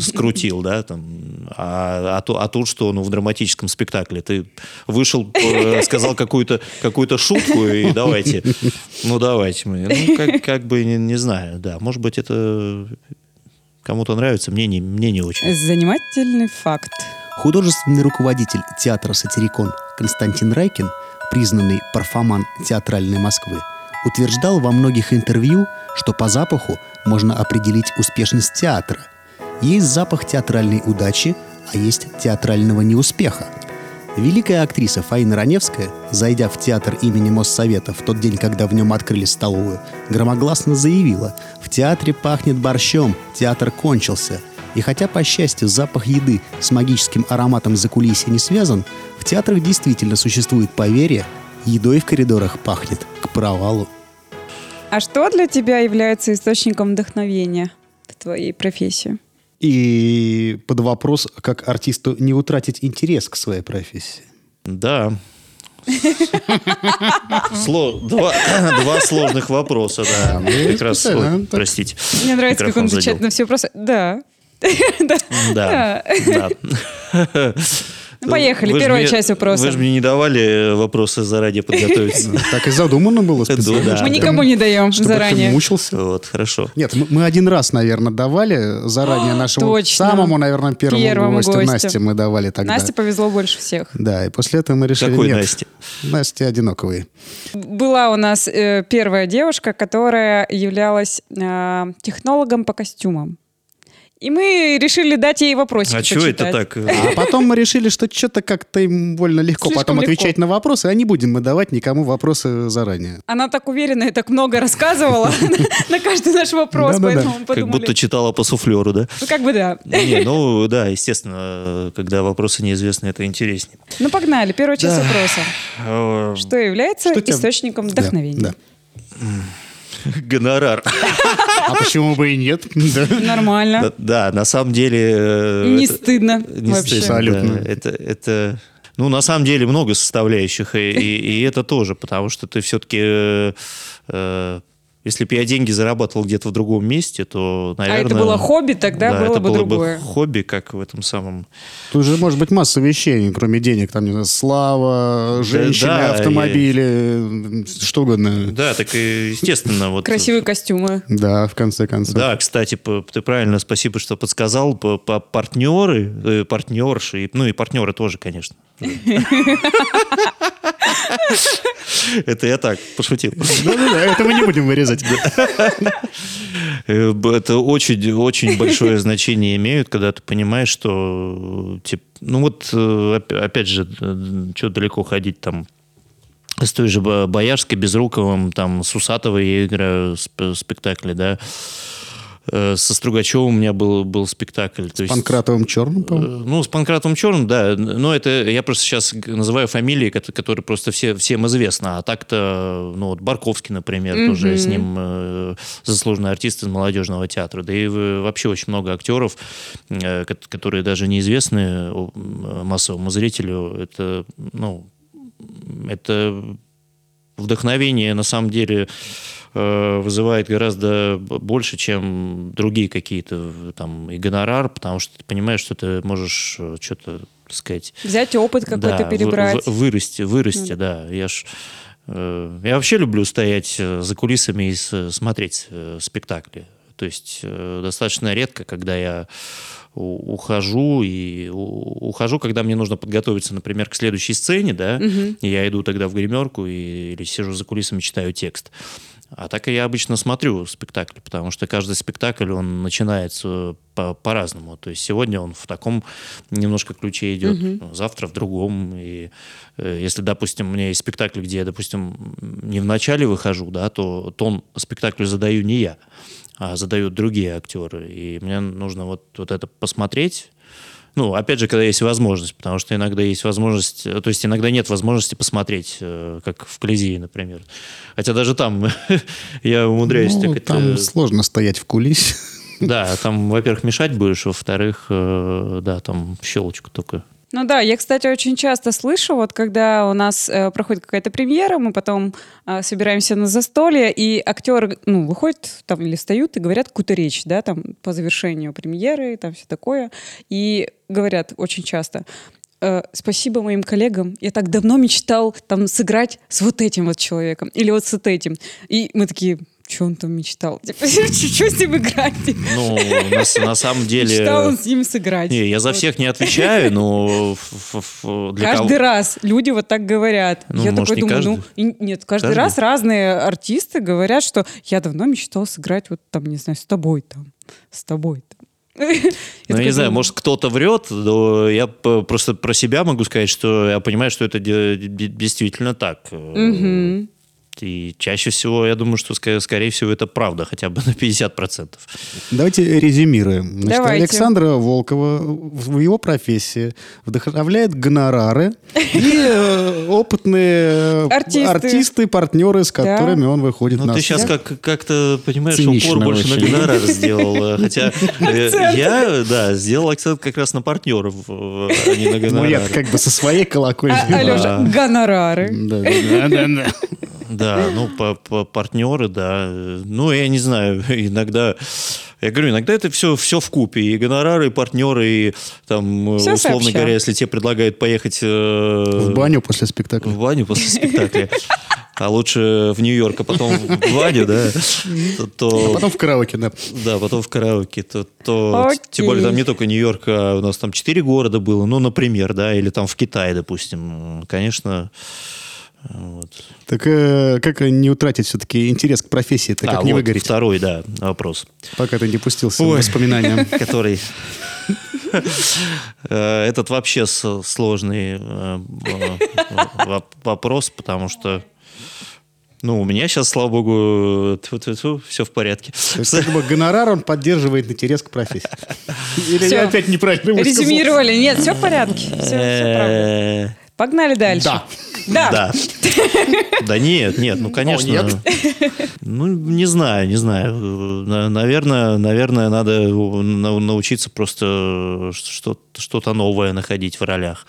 [SPEAKER 3] скрутил, да, там, а, а то- а тут что, ну, в драматическом спектакле ты вышел, э, сказал какую-то какую шутку, и давайте, ну, давайте мы, ну, как, как бы, не- не знаю, да, может быть, это Кому-то нравится, мне не, мне не очень.
[SPEAKER 4] Занимательный факт.
[SPEAKER 1] Художественный руководитель театра «Сатирикон» Константин Райкин, признанный парфоман театральной Москвы, утверждал во многих интервью, что по запаху можно определить успешность театра. Есть запах театральной удачи, а есть театрального неуспеха. Великая актриса Фаина Раневская, зайдя в театр имени Моссовета в тот день, когда в нем открыли столовую, громогласно заявила «В театре пахнет борщом, театр кончился». И хотя, по счастью, запах еды с магическим ароматом за не связан, в театрах действительно существует поверье «Едой в коридорах пахнет к провалу».
[SPEAKER 4] А что для тебя является источником вдохновения в твоей профессии?
[SPEAKER 1] И под вопрос, как артисту не утратить интерес к своей профессии.
[SPEAKER 3] Да. Сло- Два два сложных вопроса, да.
[SPEAKER 1] Да, ну,
[SPEAKER 3] Как раз,
[SPEAKER 1] специально,
[SPEAKER 3] ой,
[SPEAKER 1] так.
[SPEAKER 3] простите.
[SPEAKER 4] Мне нравится, как
[SPEAKER 3] Микрофон
[SPEAKER 4] он отвечает
[SPEAKER 3] задел.
[SPEAKER 4] на все вопросы. Да.
[SPEAKER 3] Да. да.
[SPEAKER 4] Ну, поехали,
[SPEAKER 3] Вы ж
[SPEAKER 4] первая
[SPEAKER 3] мне-
[SPEAKER 4] часть вопроса.
[SPEAKER 3] Вы же мне не давали э, вопросы заранее подготовиться.
[SPEAKER 1] Так и задумано было
[SPEAKER 3] Да,
[SPEAKER 1] специально.
[SPEAKER 3] да.
[SPEAKER 4] Мы никому не даем
[SPEAKER 1] чтобы Ну, ты
[SPEAKER 4] заранее.
[SPEAKER 1] мучился.
[SPEAKER 3] Вот, хорошо.
[SPEAKER 1] Нет, мы, мы один раз, наверное, давали заранее нашему
[SPEAKER 4] А, точно.
[SPEAKER 1] самому, наверное, первому,
[SPEAKER 4] Первому
[SPEAKER 1] гостю,
[SPEAKER 4] гостю.
[SPEAKER 1] Насте мы давали тогда.
[SPEAKER 4] Насте повезло больше всех.
[SPEAKER 1] Да, и после этого мы решили,
[SPEAKER 3] Какой
[SPEAKER 1] нет,
[SPEAKER 3] Насте?
[SPEAKER 1] Насте одиноковые.
[SPEAKER 4] Была у нас э, первая девушка, которая являлась э, технологом по костюмам. И мы решили дать ей вопросик
[SPEAKER 3] А чего это
[SPEAKER 4] почитать.
[SPEAKER 3] так?
[SPEAKER 1] А потом мы решили, что что-то как-то им больно легко
[SPEAKER 4] Слишком
[SPEAKER 1] потом
[SPEAKER 4] легко.
[SPEAKER 1] отвечать на вопросы, а не будем мы давать никому вопросы заранее.
[SPEAKER 4] Она так уверенно и так много рассказывала на каждый наш вопрос,
[SPEAKER 1] Да-да-да.
[SPEAKER 4] поэтому мы
[SPEAKER 3] Как будто
[SPEAKER 4] подумали.
[SPEAKER 3] читала по суфлеру, да?
[SPEAKER 4] Ну, Как бы да.
[SPEAKER 3] Не, ну да, естественно, э, когда вопросы неизвестны, это интереснее.
[SPEAKER 4] Ну, погнали. Первая часть
[SPEAKER 3] Да.
[SPEAKER 4] вопроса.
[SPEAKER 3] Э,
[SPEAKER 4] Что является
[SPEAKER 1] Что тебя-
[SPEAKER 4] источником
[SPEAKER 1] Да,
[SPEAKER 4] вдохновения?
[SPEAKER 1] да.
[SPEAKER 3] Гонорар.
[SPEAKER 1] А почему бы и нет? Да.
[SPEAKER 4] Нормально.
[SPEAKER 3] Да, на самом деле... э,
[SPEAKER 4] Не
[SPEAKER 3] это-
[SPEAKER 4] стыдно
[SPEAKER 3] Не
[SPEAKER 4] вообще.
[SPEAKER 3] стыдно,
[SPEAKER 1] Абсолютно.
[SPEAKER 3] да. Это, это, ну, на самом деле много составляющих, и, и- и это тоже, потому что ты все-таки, если бы я деньги зарабатывал где-то в другом месте, то, наверное...
[SPEAKER 4] а это было хобби, тогда
[SPEAKER 3] да,
[SPEAKER 4] было
[SPEAKER 3] это
[SPEAKER 4] бы
[SPEAKER 3] было
[SPEAKER 4] другое.
[SPEAKER 3] бы хобби, как в этом самом...
[SPEAKER 1] Тут же может быть масса вещей, кроме денег. Там, не знаю, слава, женщины,
[SPEAKER 3] да,
[SPEAKER 1] автомобили, м, что угодно.
[SPEAKER 3] Да, так и естественно. Вот,
[SPEAKER 4] Красивые костюмы.
[SPEAKER 1] Да, в конце концов.
[SPEAKER 3] Да, кстати, п- ты правильно, спасибо, что подсказал. П- п- Партнеры, э, партнерши, и- ну и партнеры тоже, конечно. Это я так пошутил.
[SPEAKER 1] Да-да-да, Ну, это мы не будем вырезать.
[SPEAKER 3] Э, б- Это очень, очень большое значение имеют, когда ты понимаешь, что, тип- ну вот, э, оп- опять же, что далеко ходить там. С той же Ба- Боярской, Безруковым, там, с Усатовой я играю сп- спектакли, да. Э, Э, Со Стругачевым у меня был, был спектакль. То есть,
[SPEAKER 1] Панкратовым черным,
[SPEAKER 3] э,
[SPEAKER 1] по-моему.
[SPEAKER 3] Ну, с Панкратом Черным, да. Но это я просто сейчас г- называю фамилии, кот- которые просто все, всем известны. А так-то, ну, вот Барковский, например, тоже с ним э, заслуженный артист из молодежного театра. Да и э, вообще очень много актеров, э, кот- которые даже неизвестны о, м, э, массовому зрителю. Это, ну, это вдохновение на самом деле э, вызывает гораздо б- больше, чем другие какие-то э, там и гонорар, потому что ты понимаешь, что ты можешь э, что-то, так сказать,
[SPEAKER 4] Взять опыт какой-то
[SPEAKER 3] да, вы-
[SPEAKER 4] перебрать.
[SPEAKER 3] вы- вырасти, вырасти, да. Я ж э, я вообще люблю стоять э, за кулисами и с- смотреть э, спектакли. То есть э, достаточно редко, когда я у- ухожу и у- ухожу, когда мне нужно подготовиться, например, к следующей сцене, да, и я иду тогда в гримерку и, или сижу за кулисами читаю текст. А так я обычно смотрю спектакль, потому что каждый спектакль, он начинается э, по- по-разному. То есть сегодня он в таком немножко ключе идет, завтра в другом. И э, если, допустим, у меня есть спектакль, где я, допустим, не в начале выхожу, да, то тон спектаклю задаю не я, а задают другие актеры. И мне нужно вот, вот это посмотреть, ну, опять же, когда есть возможность, потому что иногда есть возможность, э, то есть иногда нет возможности посмотреть, э, как в Колизее, например. Хотя даже там я умудряюсь
[SPEAKER 1] Ну,
[SPEAKER 3] так это- э,
[SPEAKER 1] там сложно стоять в кулисе.
[SPEAKER 3] Да, там, во-первых, мешать будешь, во-вторых, э, да, там щелочку только.
[SPEAKER 4] Ну да, я, кстати, очень часто слышу, вот когда у нас э, проходит какая-то премьера, мы потом э, собираемся на застолье, и актеры, ну, выходят там или встают и говорят какую-то речь, да, там, по завершению премьеры, там все такое, и говорят очень часто, э, спасибо моим коллегам, я так давно мечтал там сыграть с вот этим вот человеком, или вот с вот этим. И мы такие, что он там мечтал? Типа, что с ним играть?
[SPEAKER 3] Ну, на, с- на самом
[SPEAKER 4] Мечтал
[SPEAKER 3] деле...
[SPEAKER 4] он с ним сыграть.
[SPEAKER 3] Не, я за
[SPEAKER 4] Вот.
[SPEAKER 3] всех не отвечаю, но ф- ф- ф- для
[SPEAKER 4] каждый
[SPEAKER 3] кого...
[SPEAKER 4] раз люди вот так говорят.
[SPEAKER 3] Ну,
[SPEAKER 4] я
[SPEAKER 3] может,
[SPEAKER 4] такой
[SPEAKER 3] не
[SPEAKER 4] думаю,
[SPEAKER 3] каждый.
[SPEAKER 4] ну и- нет, каждый,
[SPEAKER 3] Каждый?
[SPEAKER 4] раз разные артисты говорят, что я давно мечтал сыграть вот там, не знаю, с тобой там, с тобой там. Я
[SPEAKER 3] Ну, я
[SPEAKER 4] такая
[SPEAKER 3] не знаю,
[SPEAKER 4] думаю,
[SPEAKER 3] может, кто-то врет, но я п- просто про себя могу сказать, что я понимаю, что это де- де- действительно так. Э,
[SPEAKER 4] мгм.
[SPEAKER 3] И чаще всего, я думаю, что, ска- скорее всего, это правда, хотя бы на 50%.
[SPEAKER 1] Давайте резюмируем. Значит,
[SPEAKER 4] Давайте.
[SPEAKER 1] Александра Волкова в в его профессии вдохновляет гонорары и э, опытные э,
[SPEAKER 4] Артисты.
[SPEAKER 1] артисты, партнеры, с
[SPEAKER 4] Да.
[SPEAKER 1] которыми он выходит
[SPEAKER 3] Ну,
[SPEAKER 1] на
[SPEAKER 3] ты сейчас
[SPEAKER 1] сцену.
[SPEAKER 3] как, как-то, понимаешь,
[SPEAKER 1] Цинично
[SPEAKER 3] упор больше
[SPEAKER 1] очень.
[SPEAKER 3] на гонорар сделал. э, Хотя э, я, да, сделал акцент как раз на партнеров, э, а не на
[SPEAKER 1] Ну, я
[SPEAKER 3] гонорар.
[SPEAKER 1] как бы со своей колокольни.
[SPEAKER 4] А- Алёша, гонорары.
[SPEAKER 1] Да, да, да, да.
[SPEAKER 3] Да, ну, по- по- партнеры, да. Ну, я не знаю, иногда... Я говорю, иногда это все, все в купе. И гонорары, и партнеры, и там, э,
[SPEAKER 4] Всё
[SPEAKER 3] условно
[SPEAKER 4] сообща.
[SPEAKER 3] говоря, если тебе предлагают поехать... э,
[SPEAKER 1] В
[SPEAKER 3] В
[SPEAKER 1] баню после спектакля.
[SPEAKER 3] В баню после спектакля. А лучше в Нью-Йорк, а потом в баню, да? то-
[SPEAKER 1] А
[SPEAKER 3] То,
[SPEAKER 1] потом в караоке, да.
[SPEAKER 3] да, потом в караоке. То, то,
[SPEAKER 4] Окей.
[SPEAKER 3] тем более там не только Нью-Йорк, а у нас там четыре города было, ну, например, да, или там в Китае, допустим. Конечно, вот.
[SPEAKER 1] Так э, как не утратить все-таки интерес к профессии? Это
[SPEAKER 3] А,
[SPEAKER 1] как не
[SPEAKER 3] вот
[SPEAKER 1] выгореть,
[SPEAKER 3] Второй, да, вопрос.
[SPEAKER 1] пока ты не пустился в
[SPEAKER 3] Ой.
[SPEAKER 1] воспоминания?
[SPEAKER 3] который... Э, Этот вообще с- сложный э, э, воп- вопрос, потому что... Ну, у меня сейчас, слава богу, все в порядке.
[SPEAKER 1] То есть, как бы гонорар, он поддерживает интерес к профессии. Или я
[SPEAKER 4] Всё.
[SPEAKER 1] опять неправильно высказал?
[SPEAKER 4] Резюмировали. Нет, все в порядке. Все, правда.
[SPEAKER 3] Э,
[SPEAKER 4] Погнали дальше.
[SPEAKER 1] Да.
[SPEAKER 4] Да.
[SPEAKER 3] Да. Да нет, нет, ну, конечно. Ну, не знаю, не знаю. На- Наверное, наверное, надо на- научиться просто э, что- что-то новое находить в ролях.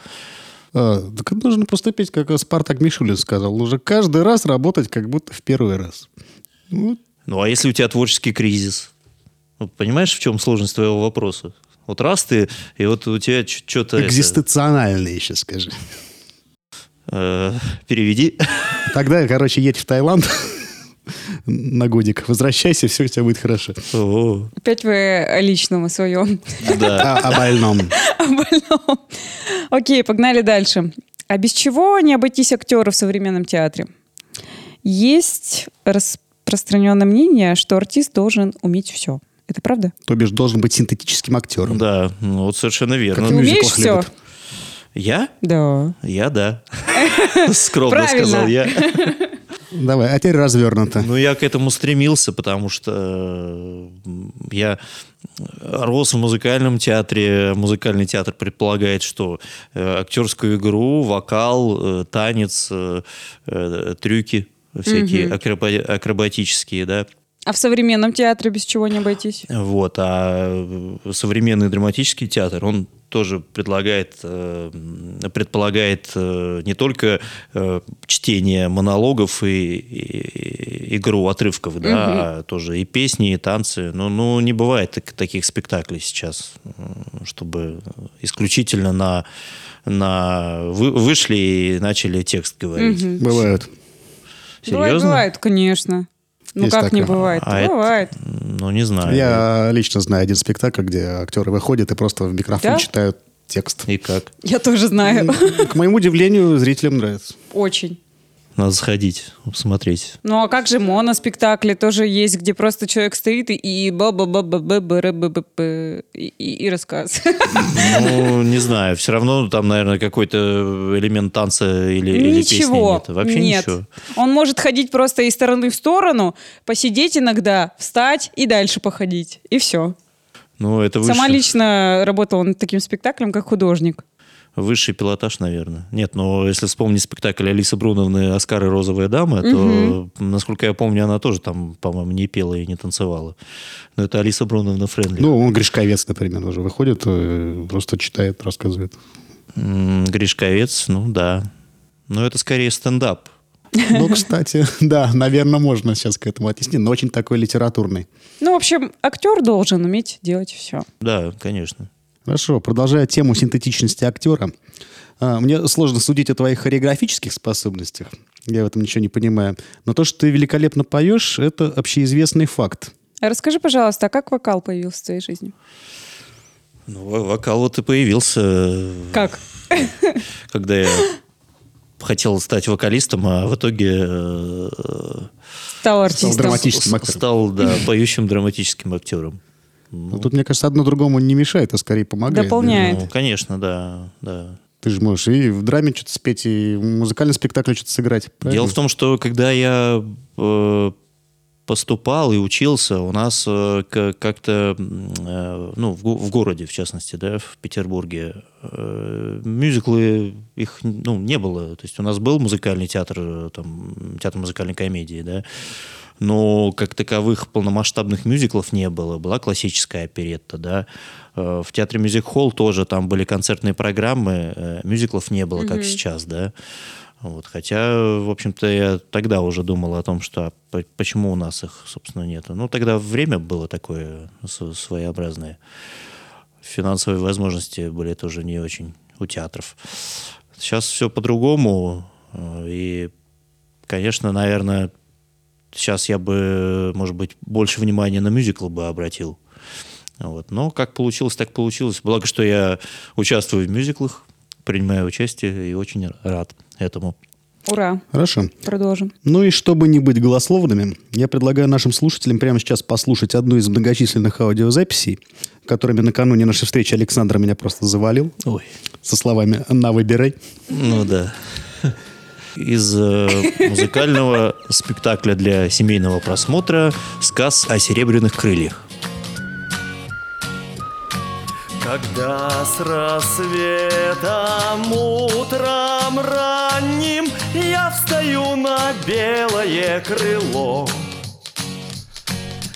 [SPEAKER 1] А, так нужно поступить, как Спартак Мишулин сказал. Нужно каждый раз работать, как будто в первый раз. Вот.
[SPEAKER 3] Ну, а если у тебя творческий кризис? Вот понимаешь, в чем сложность твоего вопроса? Вот раз ты, и вот у тебя что-то...
[SPEAKER 1] э, Экзистенциональный еще, скажи.
[SPEAKER 3] э, переведи.
[SPEAKER 1] Тогда, короче, едь в Таиланд на годик. Возвращайся, все у тебя будет хорошо.
[SPEAKER 3] О,
[SPEAKER 4] Опять вы о личном, о своем,
[SPEAKER 3] Да.
[SPEAKER 1] А, о больном.
[SPEAKER 4] о больном. Окей, погнали дальше. А без чего не обойтись актеру в современном театре? Есть распространенное мнение, что артист должен уметь все. Это правда?
[SPEAKER 1] То бишь, должен быть синтетическим актером.
[SPEAKER 3] Да, ну, вот совершенно
[SPEAKER 1] Ты
[SPEAKER 4] Ты
[SPEAKER 1] Ну, мюзикл
[SPEAKER 3] верно.
[SPEAKER 1] умеешь
[SPEAKER 4] умеешь
[SPEAKER 1] всё?
[SPEAKER 4] все?
[SPEAKER 1] хлебот.
[SPEAKER 3] Я?
[SPEAKER 4] Да.
[SPEAKER 3] Я да. Скромно
[SPEAKER 4] Правильно.
[SPEAKER 3] сказал я.
[SPEAKER 1] Давай, а теперь развернуто.
[SPEAKER 3] Ну, я к этому стремился, потому что э, я рос в музыкальном театре. Музыкальный театр предполагает, что э, актерскую игру, вокал, э, танец, э, э, трюки всякие акроба- акробатические, да.
[SPEAKER 4] А в современном театре без чего не обойтись?
[SPEAKER 3] Вот, а э, современный драматический театр, он тоже предлагает, э, м, предполагает э, не только э, чтение монологов и, и- и игру отрывков, да, а тоже и песни, и танцы. Ну, ну не бывает так- таких спектаклей сейчас, м, чтобы исключительно на, на вы- вышли и начали текст говорить.
[SPEAKER 1] Бывают.
[SPEAKER 4] Бывает,
[SPEAKER 3] Серьезно?
[SPEAKER 4] бывает, конечно. Ну
[SPEAKER 1] Есть
[SPEAKER 4] как не
[SPEAKER 1] такое.
[SPEAKER 4] бывает?
[SPEAKER 3] А это-
[SPEAKER 4] бывает.
[SPEAKER 3] Ну, не знаю.
[SPEAKER 1] Я лично знаю один спектакль, где актеры выходят и просто в микрофон
[SPEAKER 4] Да?
[SPEAKER 1] читают текст.
[SPEAKER 3] И как?
[SPEAKER 4] Я тоже знаю.
[SPEAKER 1] К моему удивлению, зрителям нравится.
[SPEAKER 4] Очень.
[SPEAKER 3] Надо сходить, посмотреть.
[SPEAKER 4] Ну а как же моноспектакли тоже есть, где просто человек стоит и- и ба ба ба ба ба ба ра- ба ба ба и- и и рассказ.
[SPEAKER 3] Ну, не знаю, все равно там, наверное, какой-то элемент танца или, или песни
[SPEAKER 4] Ничего.
[SPEAKER 3] нет. Вообще
[SPEAKER 4] Нет.
[SPEAKER 3] ничего.
[SPEAKER 4] Он может ходить просто из стороны в сторону, посидеть иногда, встать и дальше походить. И все.
[SPEAKER 3] Ну, это
[SPEAKER 4] Сама
[SPEAKER 3] высший-
[SPEAKER 4] лично работала над таким спектаклем, как художник.
[SPEAKER 3] высший пилотаж, наверное. Нет, но если вспомнить спектакль Алисы Бруновны «Оскар и розовая дама», то, насколько я помню, она тоже там, по-моему, не пела и не танцевала. Но это Алиса Бруновна Френли.
[SPEAKER 1] Ну, он Гришковец, например, уже выходит, э, просто читает, рассказывает.
[SPEAKER 3] М, Гришковец, ну да. Но это скорее стендап.
[SPEAKER 1] Ну, кстати, да, наверное, можно сейчас к этому отнести, но очень такой литературный.
[SPEAKER 4] Ну, в общем, актер должен уметь делать все.
[SPEAKER 3] Да, конечно.
[SPEAKER 1] Хорошо, продолжая тему синтетичности актера, а, мне сложно судить о твоих хореографических способностях, я в этом ничего не понимаю, но то, что ты великолепно поешь, это общеизвестный факт.
[SPEAKER 4] Расскажи, пожалуйста, а как вокал появился в твоей жизни?
[SPEAKER 3] Ну, во- вокал вот и появился.
[SPEAKER 4] Как?
[SPEAKER 3] когда я хотел стать вокалистом, а в итоге э,
[SPEAKER 4] Стал
[SPEAKER 1] Стал драматическим.
[SPEAKER 4] артистом.
[SPEAKER 1] Драматическим
[SPEAKER 3] с-
[SPEAKER 1] актером.
[SPEAKER 3] стал да, поющим драматическим актером.
[SPEAKER 1] Но А тут, мне кажется, одно другому не мешает, а скорее помогает.
[SPEAKER 4] Дополняет.
[SPEAKER 3] Ну, конечно, да, да.
[SPEAKER 1] Ты же можешь и в драме что-то спеть, и в музыкальном спектакле что-то сыграть. правильно?
[SPEAKER 3] Дело в том, что когда я э, поступал и учился, у нас э, к- как-то, м, э, ну, в, го- в городе, в частности, да, в Петербурге, э, мюзиклы, их, ну, не было. То есть у нас был музыкальный театр, э, там, театр музыкальной комедии, да, но как таковых полномасштабных мюзиклов не было. Была классическая оперетта, да. Э, В театре Мюзик Холл тоже там были концертные программы, э, мюзиклов не было, как сейчас, да. Вот, хотя, в общем-то, я тогда уже думал о том, что а по- почему у нас их, собственно, нету. Ну, тогда время было такое с- своеобразное. Финансовые возможности были тоже не очень у театров. Сейчас все по-другому. э, И, конечно, наверное, сейчас я бы, может быть, больше внимания на мюзикл бы обратил. Вот. Но как получилось, так получилось. Благо, что я участвую в мюзиклах, принимаю участие и очень рад этому.
[SPEAKER 4] Ура,
[SPEAKER 1] Хорошо.
[SPEAKER 4] продолжим.
[SPEAKER 1] Ну и чтобы не быть голословными, я предлагаю нашим слушателям прямо сейчас послушать одну из многочисленных аудиозаписей, которыми накануне нашей встречи Александр меня просто завалил
[SPEAKER 3] Ой.
[SPEAKER 1] со словами «на, выбирай».
[SPEAKER 3] Ну да. Из э, музыкального спектакля для семейного просмотра «Сказ о серебряных крыльях».
[SPEAKER 5] Когда с рассветом утром ранним Я встаю на белое крыло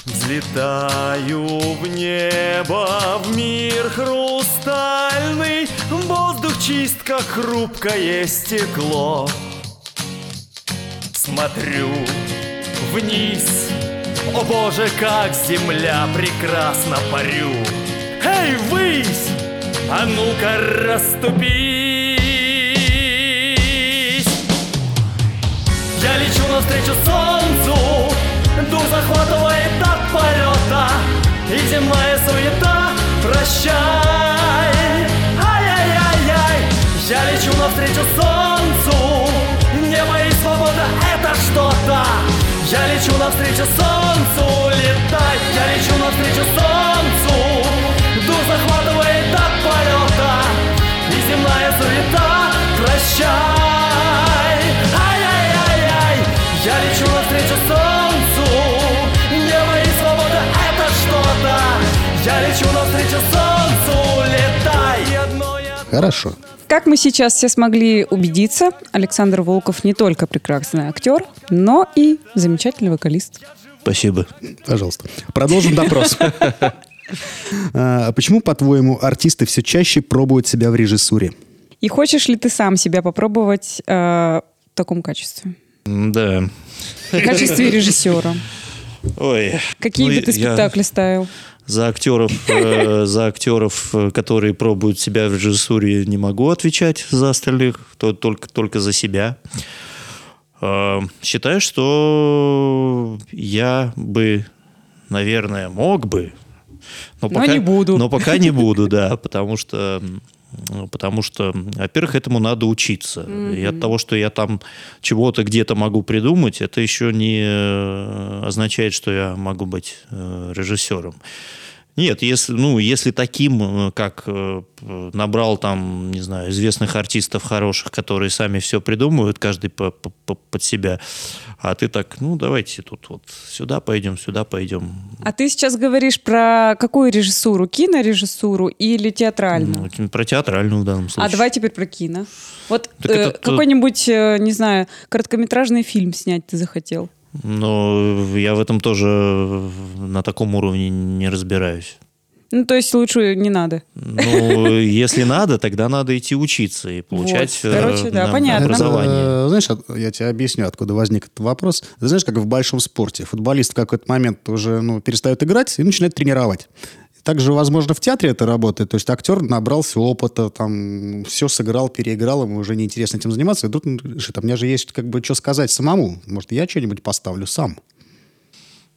[SPEAKER 5] Взлетаю в небо, в мир хрустальный Воздух чист, как хрупкое стекло Смотрю вниз о боже, как земля прекрасно парю! Эй, высь! А ну-ка расступись! Я лечу навстречу солнцу, дух захватывает от полета, и земная суета, прощай. Ай-яй-яй-яй, я лечу навстречу солнцу, небо и свобода — это что-то. Я лечу навстречу солнцу, летай, я лечу навстречу солнцу, дух захватывает от полета, и земная суета, прощай. Ай-яй-яй-яй, я лечу
[SPEAKER 1] Хорошо.
[SPEAKER 4] Как мы сейчас все смогли убедиться, Александр Волков не только прекрасный актер, но и замечательный вокалист.
[SPEAKER 3] Спасибо.
[SPEAKER 1] Пожалуйста. Продолжим допрос. А Почему, по-твоему, артисты все чаще пробуют себя в режиссуре?
[SPEAKER 4] И хочешь ли ты сам себя попробовать э, в таком качестве?
[SPEAKER 3] Да.
[SPEAKER 4] В качестве режиссера.
[SPEAKER 3] Ой.
[SPEAKER 4] Какие
[SPEAKER 3] Ну,
[SPEAKER 4] бы ты
[SPEAKER 3] я
[SPEAKER 4] спектакли ставил?
[SPEAKER 3] За актеров, э, за актеров, э, которые пробуют себя в режиссуре, не могу отвечать за остальных, то только, только за себя. Э, Считаю, что я бы, наверное, мог бы,
[SPEAKER 4] Но не буду.
[SPEAKER 3] Но пока не буду, да, потому что, м, ну, потому что, во-первых, этому надо учиться. И от того, что я там чего-то где-то могу придумать, это еще не э, означает, что я могу быть э, режиссером. Нет, если, ну, если таким, э, как э, п- набрал там, не знаю, известных артистов хороших, которые сами все придумывают, каждый по- по- по- под себя, а ты так, ну, давайте тут вот сюда пойдем, сюда пойдем.
[SPEAKER 4] А ты сейчас говоришь про какую режиссуру? Кинорежиссуру или театральную?
[SPEAKER 3] Ну, про театральную в данном случае.
[SPEAKER 4] А давай теперь про кино. Вот
[SPEAKER 3] Так
[SPEAKER 4] э,
[SPEAKER 3] это-
[SPEAKER 4] какой-нибудь, э, не знаю, короткометражный фильм снять ты захотел.
[SPEAKER 3] Но я в этом тоже на таком уровне не разбираюсь.
[SPEAKER 4] Ну, то есть лучше не надо.
[SPEAKER 3] Ну, если надо, тогда надо идти учиться и получать
[SPEAKER 4] Вот, короче,
[SPEAKER 3] э,
[SPEAKER 4] да,
[SPEAKER 3] на-
[SPEAKER 4] понятно.
[SPEAKER 3] образование.
[SPEAKER 1] Это, э, знаешь, от- я тебе объясню, откуда возник этот вопрос. Ты знаешь, как в большом спорте. Футболист в какой-то момент уже ну, перестает играть и начинает тренировать. Также, возможно, в театре это работает. То есть актер набрался опыта, там все сыграл, переиграл, ему уже неинтересно этим заниматься. И тут он решит, а мне же есть как бы что сказать самому. Может, я что-нибудь поставлю сам.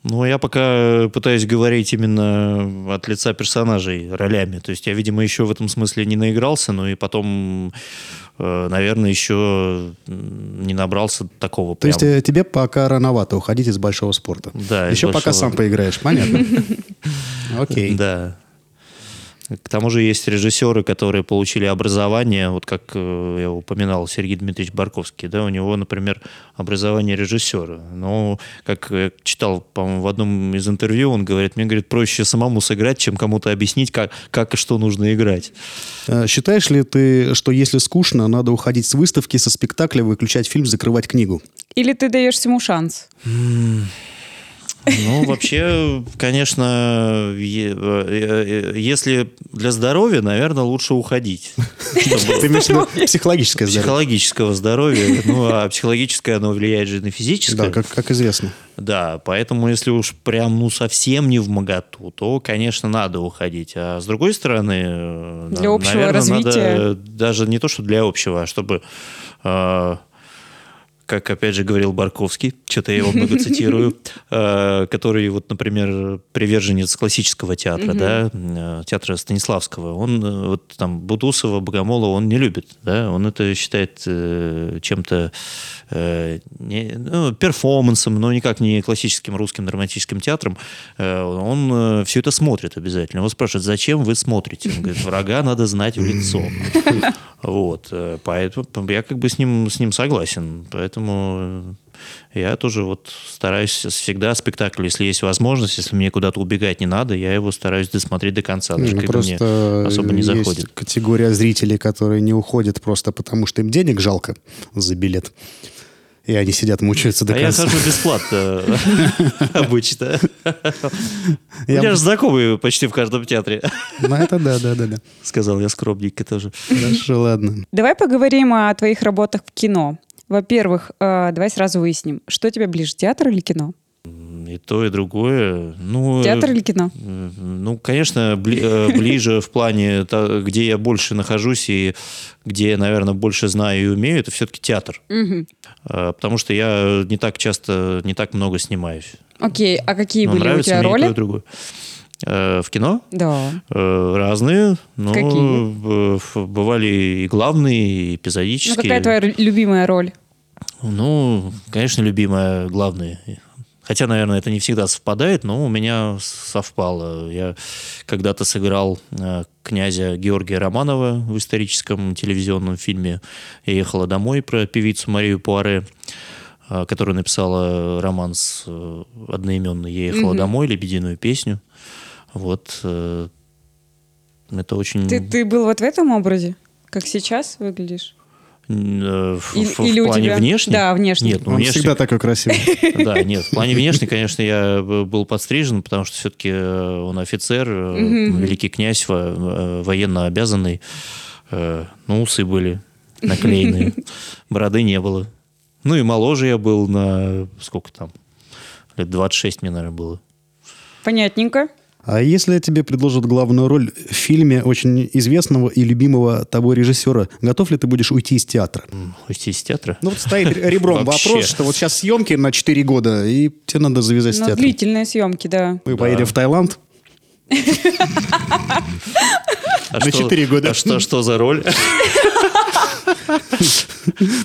[SPEAKER 3] Ну, я пока пытаюсь говорить именно от лица персонажей, ролями. То есть я, видимо, еще в этом смысле не наигрался, но и потом, э, наверное, еще м, не набрался такого
[SPEAKER 1] То есть
[SPEAKER 3] прям.
[SPEAKER 1] э, тебе пока рановато уходить из большого спорта.
[SPEAKER 3] Да, из
[SPEAKER 1] Еще пока
[SPEAKER 3] большого.
[SPEAKER 1] сам поиграешь, понятно? Окей.
[SPEAKER 3] Да. К тому же есть режиссеры, которые получили образование, вот как э, я упоминал, Сергей Дмитриевич Барковский, да, у него, например, образование режиссера. Но, как я читал, по-моему, в одном из интервью, он говорит, мне, говорит, проще самому сыграть, чем кому-то объяснить, как, как и что нужно играть.
[SPEAKER 1] Э, Считаешь ли ты, что если скучно, надо уходить с выставки, со спектакля, выключать фильм, закрывать книгу?
[SPEAKER 4] Или ты даешь ему шанс?
[SPEAKER 3] Ну, вообще, конечно, е- э, э, если для здоровья, наверное, лучше уходить. Чтобы-
[SPEAKER 1] Ты имеешь в виду психологическое здоровье?
[SPEAKER 3] психологического здоровья. Ну, а психологическое, оно влияет же и на физическое.
[SPEAKER 1] Да, как, как известно.
[SPEAKER 3] Да, поэтому если уж прям, ну, совсем не в моготу, то, конечно, надо уходить. А с другой стороны... э,
[SPEAKER 4] Для
[SPEAKER 3] на-
[SPEAKER 4] общего
[SPEAKER 3] наверно,
[SPEAKER 4] развития.
[SPEAKER 3] Надо даже не то, что для общего, а чтобы... э, как, опять же, говорил Барковский, что-то я его много цитирую, э, который, вот, например, приверженец классического театра, да, э, театра Станиславского, он э, вот там Бутусова, Богомолова, он не любит, да, он это считает э, чем-то э, не- ну, перформансом, но никак не классическим русским драматическим театром. Э, он все это смотрит обязательно. Его спрашивают, зачем вы смотрите? Он говорит, врага надо знать в лицо. Вот, э, поэтому я как бы с ним, с ним согласен. Поэтому э, я тоже вот стараюсь всегда спектакль, если есть возможность, если мне куда-то убегать не надо, я его стараюсь досмотреть до конца, даже
[SPEAKER 1] Ну,
[SPEAKER 3] когда мне особо не
[SPEAKER 1] есть
[SPEAKER 3] заходит.
[SPEAKER 1] категория зрителей, которые не уходят просто потому, что им денег жалко за билет. И они сидят, мучаются до
[SPEAKER 3] а
[SPEAKER 1] конца.
[SPEAKER 3] я хожу бесплатно обычно. У
[SPEAKER 1] Я-
[SPEAKER 3] меня же знакомые почти в каждом театре.
[SPEAKER 1] Ну, это да, да, да, да.
[SPEAKER 3] Сказал я скромненько тоже.
[SPEAKER 1] Хорошо, ладно.
[SPEAKER 4] Давай поговорим о твоих работах в кино. Во-первых, э, давай сразу выясним, что тебе ближе, театр или кино?
[SPEAKER 3] И то, и другое. Ну,
[SPEAKER 4] Театр или кино?
[SPEAKER 3] Э, Ну, конечно, бли- э, ближе в плане, та- где я больше нахожусь и где я, наверное, больше знаю и умею, это все-таки театр.
[SPEAKER 4] Мгм.
[SPEAKER 3] Э, Потому что я не так часто, не так много снимаюсь.
[SPEAKER 4] Окей, а какие
[SPEAKER 3] Но
[SPEAKER 4] были у
[SPEAKER 3] Ну, нравится
[SPEAKER 4] тебя
[SPEAKER 3] мне и то, и
[SPEAKER 4] роли?
[SPEAKER 3] другое. Э, В кино
[SPEAKER 4] Да. Ну,
[SPEAKER 3] э, разные, но
[SPEAKER 4] Какие?
[SPEAKER 3] б- ф- бывали и главные, и
[SPEAKER 4] Ну,
[SPEAKER 3] эпизодические.
[SPEAKER 4] какая твоя ру- любимая роль?
[SPEAKER 3] Ну, конечно, любимая главная. Хотя, наверное, это не всегда совпадает, но у меня совпало. Я когда-то сыграл э, князя Георгия Романова в историческом телевизионном фильме. Я ехала домой про певицу Марию Пуаре, э, которая написала роман с э, одноименной «Я ехала
[SPEAKER 4] Мгм.
[SPEAKER 3] домой», «Лебединую песню». Вот. э, Это очень...
[SPEAKER 4] Ты, ты был вот в этом образе? Как сейчас выглядишь?
[SPEAKER 3] Э, В,
[SPEAKER 4] Или-
[SPEAKER 3] в- в
[SPEAKER 4] или у
[SPEAKER 3] плане
[SPEAKER 4] тебя-
[SPEAKER 3] внешне?
[SPEAKER 4] Да, внешне.
[SPEAKER 3] Нет, ну,
[SPEAKER 6] Он
[SPEAKER 3] внешне,
[SPEAKER 6] всегда такой красивый.
[SPEAKER 3] Да, нет, в плане внешне, конечно, я э, б- был подстрижен, потому что все-таки он офицер, э, великий князь, во- э, военно обязанный. Э, Ну, усы были наклеенные, бороды не было. Ну и моложе я был на, сколько там, лет 26 мне, наверное, было.
[SPEAKER 4] Понятненько.
[SPEAKER 1] А если я тебе предложат главную роль в фильме очень известного и любимого тобой режиссера, готов ли ты будешь уйти из театра?
[SPEAKER 3] Уйти из театра.
[SPEAKER 1] Ну вот стоит ребром
[SPEAKER 3] Вообще.
[SPEAKER 1] вопрос, что вот сейчас съемки на 4 года, и тебе надо завязать с
[SPEAKER 4] Но
[SPEAKER 1] театром.
[SPEAKER 4] длительные съемки, да.
[SPEAKER 1] Мы поедем в Таиланд.
[SPEAKER 3] А
[SPEAKER 1] на
[SPEAKER 3] что-
[SPEAKER 1] четыре года.
[SPEAKER 3] А что, что за роль?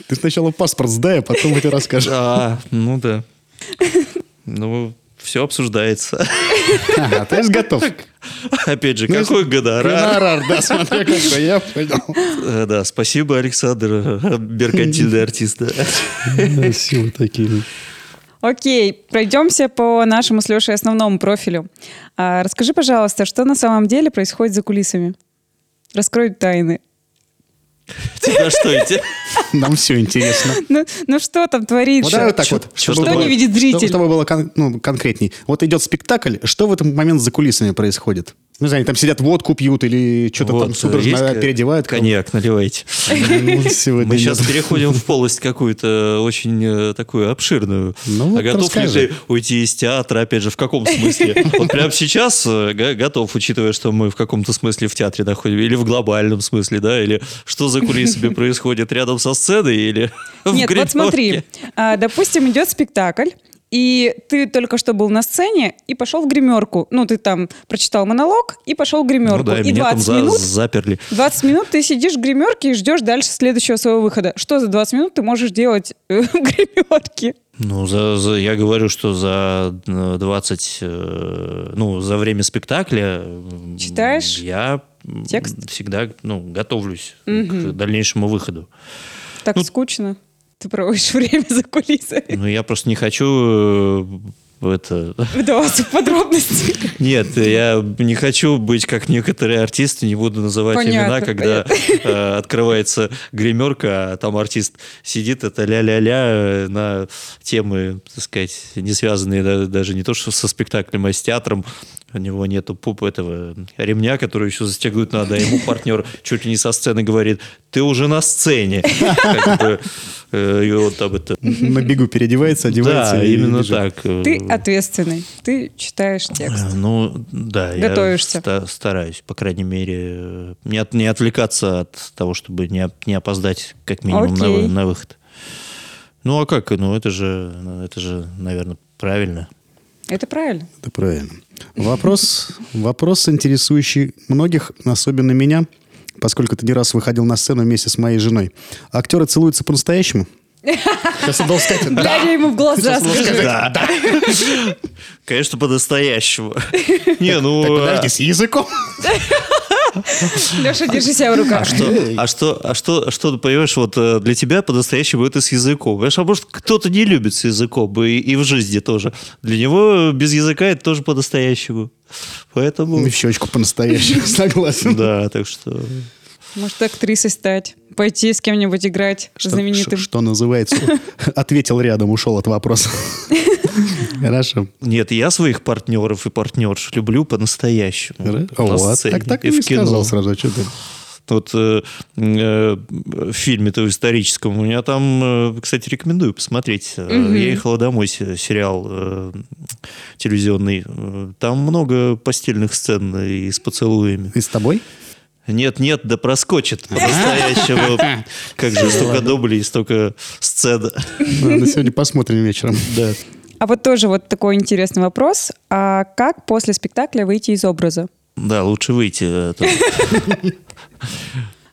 [SPEAKER 1] Ты сначала паспорт сдай, а потом мы тебе расскажем.
[SPEAKER 3] Да, ну да. Ну, все обсуждается.
[SPEAKER 1] Ага, то есть готов.
[SPEAKER 3] Опять же,
[SPEAKER 1] Ну, если-
[SPEAKER 3] какой гонорар?
[SPEAKER 1] Гонорар, да, смотри, какой, я понял.
[SPEAKER 3] Э, Да, спасибо, Александр, э, меркантильный артист. да.
[SPEAKER 1] Силы такие.
[SPEAKER 4] Окей, пройдемся по нашему с Лешей основному профилю. А, расскажи, пожалуйста, что на самом деле происходит за кулисами? Раскрой тайны.
[SPEAKER 3] Тебя что, эти-
[SPEAKER 1] Нам все интересно.
[SPEAKER 4] Ну, ну что там
[SPEAKER 1] Вот
[SPEAKER 4] творится?
[SPEAKER 1] давай вот так
[SPEAKER 3] Чё-
[SPEAKER 1] вот.
[SPEAKER 3] чё
[SPEAKER 1] чтобы
[SPEAKER 3] такое?
[SPEAKER 1] было-
[SPEAKER 4] Что не видит
[SPEAKER 1] чтобы-
[SPEAKER 4] зритель?
[SPEAKER 1] Чтобы было кон- ну, конкретней. Вот идет спектакль, что в этот момент за кулисами происходит? Ну, не знаю, они там сидят, водку пьют или что-то
[SPEAKER 3] Вот,
[SPEAKER 1] там
[SPEAKER 3] э,
[SPEAKER 1] судорожно
[SPEAKER 3] есть, э,
[SPEAKER 1] переодевают.
[SPEAKER 3] Коньяк наливайте.
[SPEAKER 1] Ну, сегодня
[SPEAKER 3] Мы
[SPEAKER 1] нет.
[SPEAKER 3] сейчас переходим в полость какую-то очень э, такую обширную.
[SPEAKER 1] Ну, вот
[SPEAKER 3] а готов ли
[SPEAKER 1] расскажи.
[SPEAKER 3] ты уйти из театра, опять же, в каком смысле? Вот прямо сейчас э, га- готов, учитывая, что мы в каком-то смысле в театре находимся, или в глобальном смысле, да, или что за кулисами происходит рядом со сценой, или в
[SPEAKER 4] Нет, вот
[SPEAKER 3] гримерке?
[SPEAKER 4] смотри, а, допустим, идет спектакль, и ты только что был на сцене и пошел в гримерку. Ну, ты там прочитал монолог и пошел в гримерку.
[SPEAKER 3] Ну да,
[SPEAKER 4] и
[SPEAKER 3] меня там
[SPEAKER 4] 20
[SPEAKER 3] за-
[SPEAKER 4] минут,
[SPEAKER 3] заперли.
[SPEAKER 4] 20 минут ты сидишь в гримерке и ждешь дальше следующего своего выхода. Что за 20 минут ты можешь делать э, в гримерке?
[SPEAKER 3] Ну, за, за- я говорю, что за э, 20, э, ну, за время спектакля... м,
[SPEAKER 4] Читаешь
[SPEAKER 3] Я м,
[SPEAKER 4] текст?
[SPEAKER 3] всегда, ну, готовлюсь к дальнейшему выходу.
[SPEAKER 4] Так скучно. Ты проводишь время за кулисами.
[SPEAKER 3] Ну, я просто не хочу э, это...
[SPEAKER 4] Вдаваться в подробности.
[SPEAKER 3] Нет, я не хочу быть как некоторые артисты, не буду называть
[SPEAKER 4] Понятно,
[SPEAKER 3] имена, когда э, открывается гримерка, а там артист сидит, это ля-ля-ля э, на темы, так сказать, не связанные да- даже не то что со спектаклем, а с театром. У него нету пуп этого ремня, который еще застегнуть надо, а ему партнер чуть ли не со сцены говорит, ты уже на сцене. Как бы, э, И он там это...
[SPEAKER 1] На бегу переодевается, одевается.
[SPEAKER 3] Да,
[SPEAKER 1] и
[SPEAKER 3] именно
[SPEAKER 1] бежит.
[SPEAKER 3] так.
[SPEAKER 4] Ты
[SPEAKER 3] Э,
[SPEAKER 4] ответственный. Ты читаешь текст.
[SPEAKER 3] Э, Ну, да,
[SPEAKER 4] Готовишься.
[SPEAKER 3] я ста- стараюсь, по крайней мере, э, не, от- не отвлекаться от того, чтобы не, оп- не опоздать как минимум на, вы-
[SPEAKER 4] Окей.
[SPEAKER 3] на выход. Ну, а как? Ну, это же, ну, это же наверное, правильно.
[SPEAKER 4] Это правильно.
[SPEAKER 1] Это правильно. Вопрос, вопрос, интересующий многих, особенно меня, поскольку ты не раз выходил на сцену вместе с моей женой. Актеры целуются по-настоящему? Сейчас я должен сказать, да.
[SPEAKER 4] Глядя ему в глаза, скажи.
[SPEAKER 3] Да. Конечно, по-настоящему. Не, ну...
[SPEAKER 1] Подожди,
[SPEAKER 3] а-
[SPEAKER 1] с языком.
[SPEAKER 4] Леша, держи себя в руках.
[SPEAKER 3] Что- а что, а что, а что, понимаешь, вот э, для тебя по-настоящему это с языком. Понимаешь, а может кто-то не любит с языком и, и в жизни тоже. Для него э, без языка это тоже по-настоящему. Поэтому...
[SPEAKER 1] Ну, в щечку по-настоящему, согласен.
[SPEAKER 3] Да, так что...
[SPEAKER 4] Может, актрисой стать, пойти с кем-нибудь играть знаменитым.
[SPEAKER 1] Ш- Что называется, ответил рядом, ушел от вопроса. Хорошо.
[SPEAKER 3] Нет, я своих партнеров и партнерш люблю по-настоящему.
[SPEAKER 1] О,
[SPEAKER 3] На
[SPEAKER 1] вот.
[SPEAKER 3] сцене
[SPEAKER 1] Так так
[SPEAKER 3] и
[SPEAKER 1] и
[SPEAKER 3] в
[SPEAKER 1] не
[SPEAKER 3] кино.
[SPEAKER 1] сказал сразу, что ты.
[SPEAKER 3] Вот э, э, в фильме-то историческом у меня там, э, кстати, рекомендую посмотреть. Э, Я ехала домой, се- сериал э, телевизионный. Э, Там много постельных сцен и с поцелуями.
[SPEAKER 1] И с тобой?
[SPEAKER 3] Нет-нет, да проскочит по-настоящему. Как же, столько дублей, столько сцен.
[SPEAKER 1] Ну, Ладно, сегодня посмотрим вечером.
[SPEAKER 3] Да.
[SPEAKER 4] А вот тоже вот такой интересный вопрос. А как после спектакля выйти из образа?
[SPEAKER 3] Да, лучше выйти. э, тут.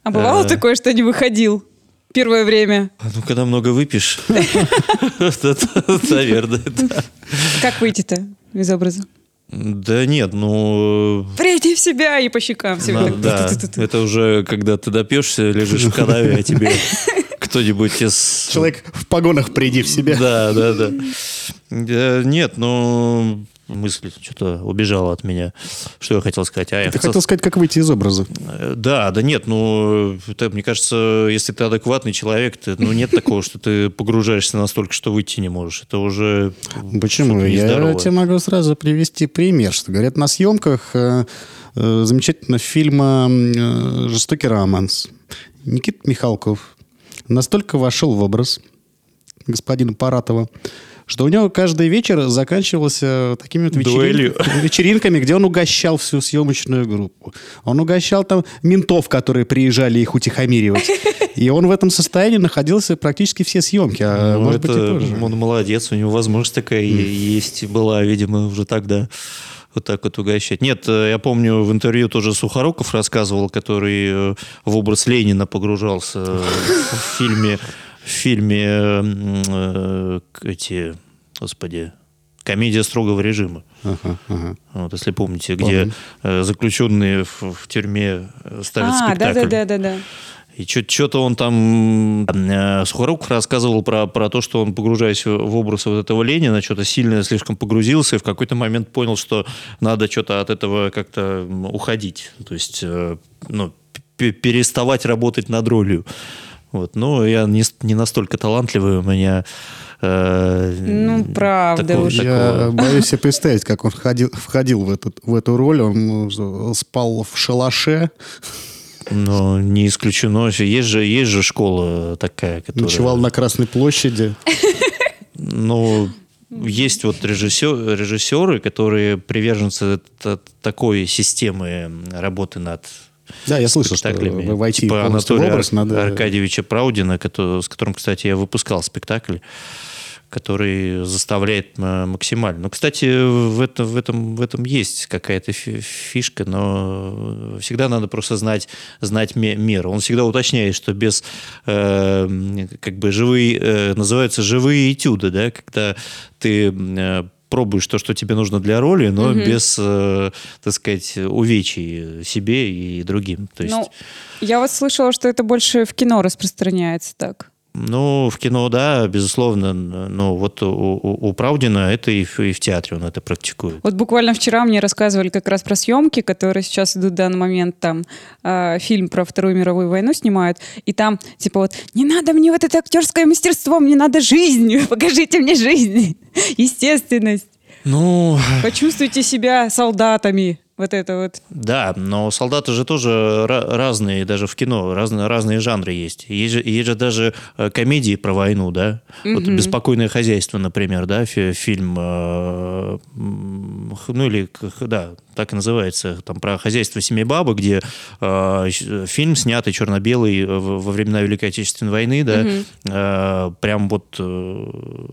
[SPEAKER 4] А бывало
[SPEAKER 3] Э.
[SPEAKER 4] такое, что не выходил первое время?
[SPEAKER 3] А Ну, когда много выпьешь, наверное, да.
[SPEAKER 4] Как выйти-то из образа?
[SPEAKER 3] Да нет, ну...
[SPEAKER 4] Прийти в себя и по щекам
[SPEAKER 3] на-
[SPEAKER 1] Типа,
[SPEAKER 4] себе. так
[SPEAKER 3] да,
[SPEAKER 4] ту-ту-ту-ту.
[SPEAKER 3] это уже когда ты допьешься, лежишь в канаве, а тебе кто-нибудь из...
[SPEAKER 1] Человек в погонах, приди в себя.
[SPEAKER 3] Да, да, да. Да, Нет, Э, ну... мысль что-то убежала от меня. Что я хотел сказать? А, я
[SPEAKER 1] Ты хотел сказать, как выйти из образа.
[SPEAKER 3] Э, Да, да нет, ну, это, мне кажется, если ты адекватный человек, ты, ну, нет такого, что ты погружаешься настолько, что выйти не можешь. Это уже
[SPEAKER 1] Почему?
[SPEAKER 3] что-то
[SPEAKER 1] Я
[SPEAKER 3] нездоровое.
[SPEAKER 1] тебе могу сразу привести пример, что говорят на съемках э, э, замечательного фильма э, «Жестокий романс». Никита Михалков настолько вошел в образ господина Паратова, что у него каждый вечер заканчивался такими вот вечерин-
[SPEAKER 3] Дуэлью.
[SPEAKER 1] вечеринками, где он угощал всю съемочную группу. Он угощал там ментов, которые приезжали их утихомиривать. И он в этом состоянии находился практически все съемки. А
[SPEAKER 3] ну,
[SPEAKER 1] может быть, и
[SPEAKER 3] это
[SPEAKER 1] тоже.
[SPEAKER 3] он молодец, у него возможность такая и есть, и была, видимо, уже тогда. Вот так вот угощать. Нет, э, я помню, в интервью тоже Сухоруков рассказывал, который э, в образ Ленина погружался э, в фильме, в фильме э, м, э, к- эти, господи, комедия строгого режима.
[SPEAKER 1] Ага, ага.
[SPEAKER 3] Вот, если помните, где э, заключенные в, в тюрьме э, ставят
[SPEAKER 4] А, да,
[SPEAKER 3] спектакль.
[SPEAKER 4] да, да, да, да.
[SPEAKER 3] И что-то он там... э, Сухоруков рассказывал про, про то, что он, погружаясь в- в образ вот этого Ленина, что-то сильно слишком погрузился и в какой-то момент понял, что надо что-то от этого как-то м, уходить. То есть, э, ну, пе- переставать работать над ролью. Вот. Но я не, с- не настолько талантливый, у меня... э,
[SPEAKER 4] Ну, правда уж.
[SPEAKER 1] Я боюсь себе представить, как он ходил- входил в, этот, в эту роль. Он ну, что, спал в шалаше,
[SPEAKER 3] Ну, не исключено. Есть же, есть же школа такая, которая...
[SPEAKER 1] ночевал на Красной площади.
[SPEAKER 3] Ну, есть вот режиссер, режиссеры, которые приверженцы т- такой системы работы над
[SPEAKER 1] Да, я слышал, что
[SPEAKER 3] спектаклями.
[SPEAKER 1] вы войти
[SPEAKER 3] типа
[SPEAKER 1] полностью в
[SPEAKER 3] Анатолия
[SPEAKER 1] образ
[SPEAKER 3] Ар-
[SPEAKER 1] надо...
[SPEAKER 3] Аркадьевича Праудина, кото- с которым, кстати, я выпускал спектакль который заставляет э, максимально. Ну, кстати, в, это- в, этом, в этом есть какая-то фи- фишка, но всегда надо просто знать, знать ме- меру. Он всегда уточняет, что без э, как бы живые, э, называются живые этюды, да, когда ты э, пробуешь то, что тебе нужно для роли, но без, э, так сказать, увечий себе и другим. То есть,
[SPEAKER 4] Ну,
[SPEAKER 3] ну,
[SPEAKER 4] я вот слышала, что это больше в кино распространяется так.
[SPEAKER 3] Ну, в кино, да, безусловно, но вот у, у- у Правдина это и в, и в театре он это практикует.
[SPEAKER 4] Вот буквально вчера мне рассказывали как раз про съемки, которые сейчас идут в данный момент, там э, фильм про Вторую мировую войну снимают, и там типа вот «Не надо мне вот это актерское мастерство, мне надо жизнь, покажите мне жизнь, естественность,
[SPEAKER 3] Ну,
[SPEAKER 4] почувствуйте себя солдатами». Вот это вот.
[SPEAKER 3] да, но солдаты же тоже ра- разные, даже в кино, разные, разные жанры есть. Есть же, есть же даже э, комедии про войну, да? Вот «Беспокойное хозяйство», например, да, фи- фильм, э, м, х- ну или, к- х- да, так и называется, там про хозяйство семьи бабы, где э, щ- фильм снятый черно-белый э, в- во времена Великой Отечественной войны, да, э, прям вот, э,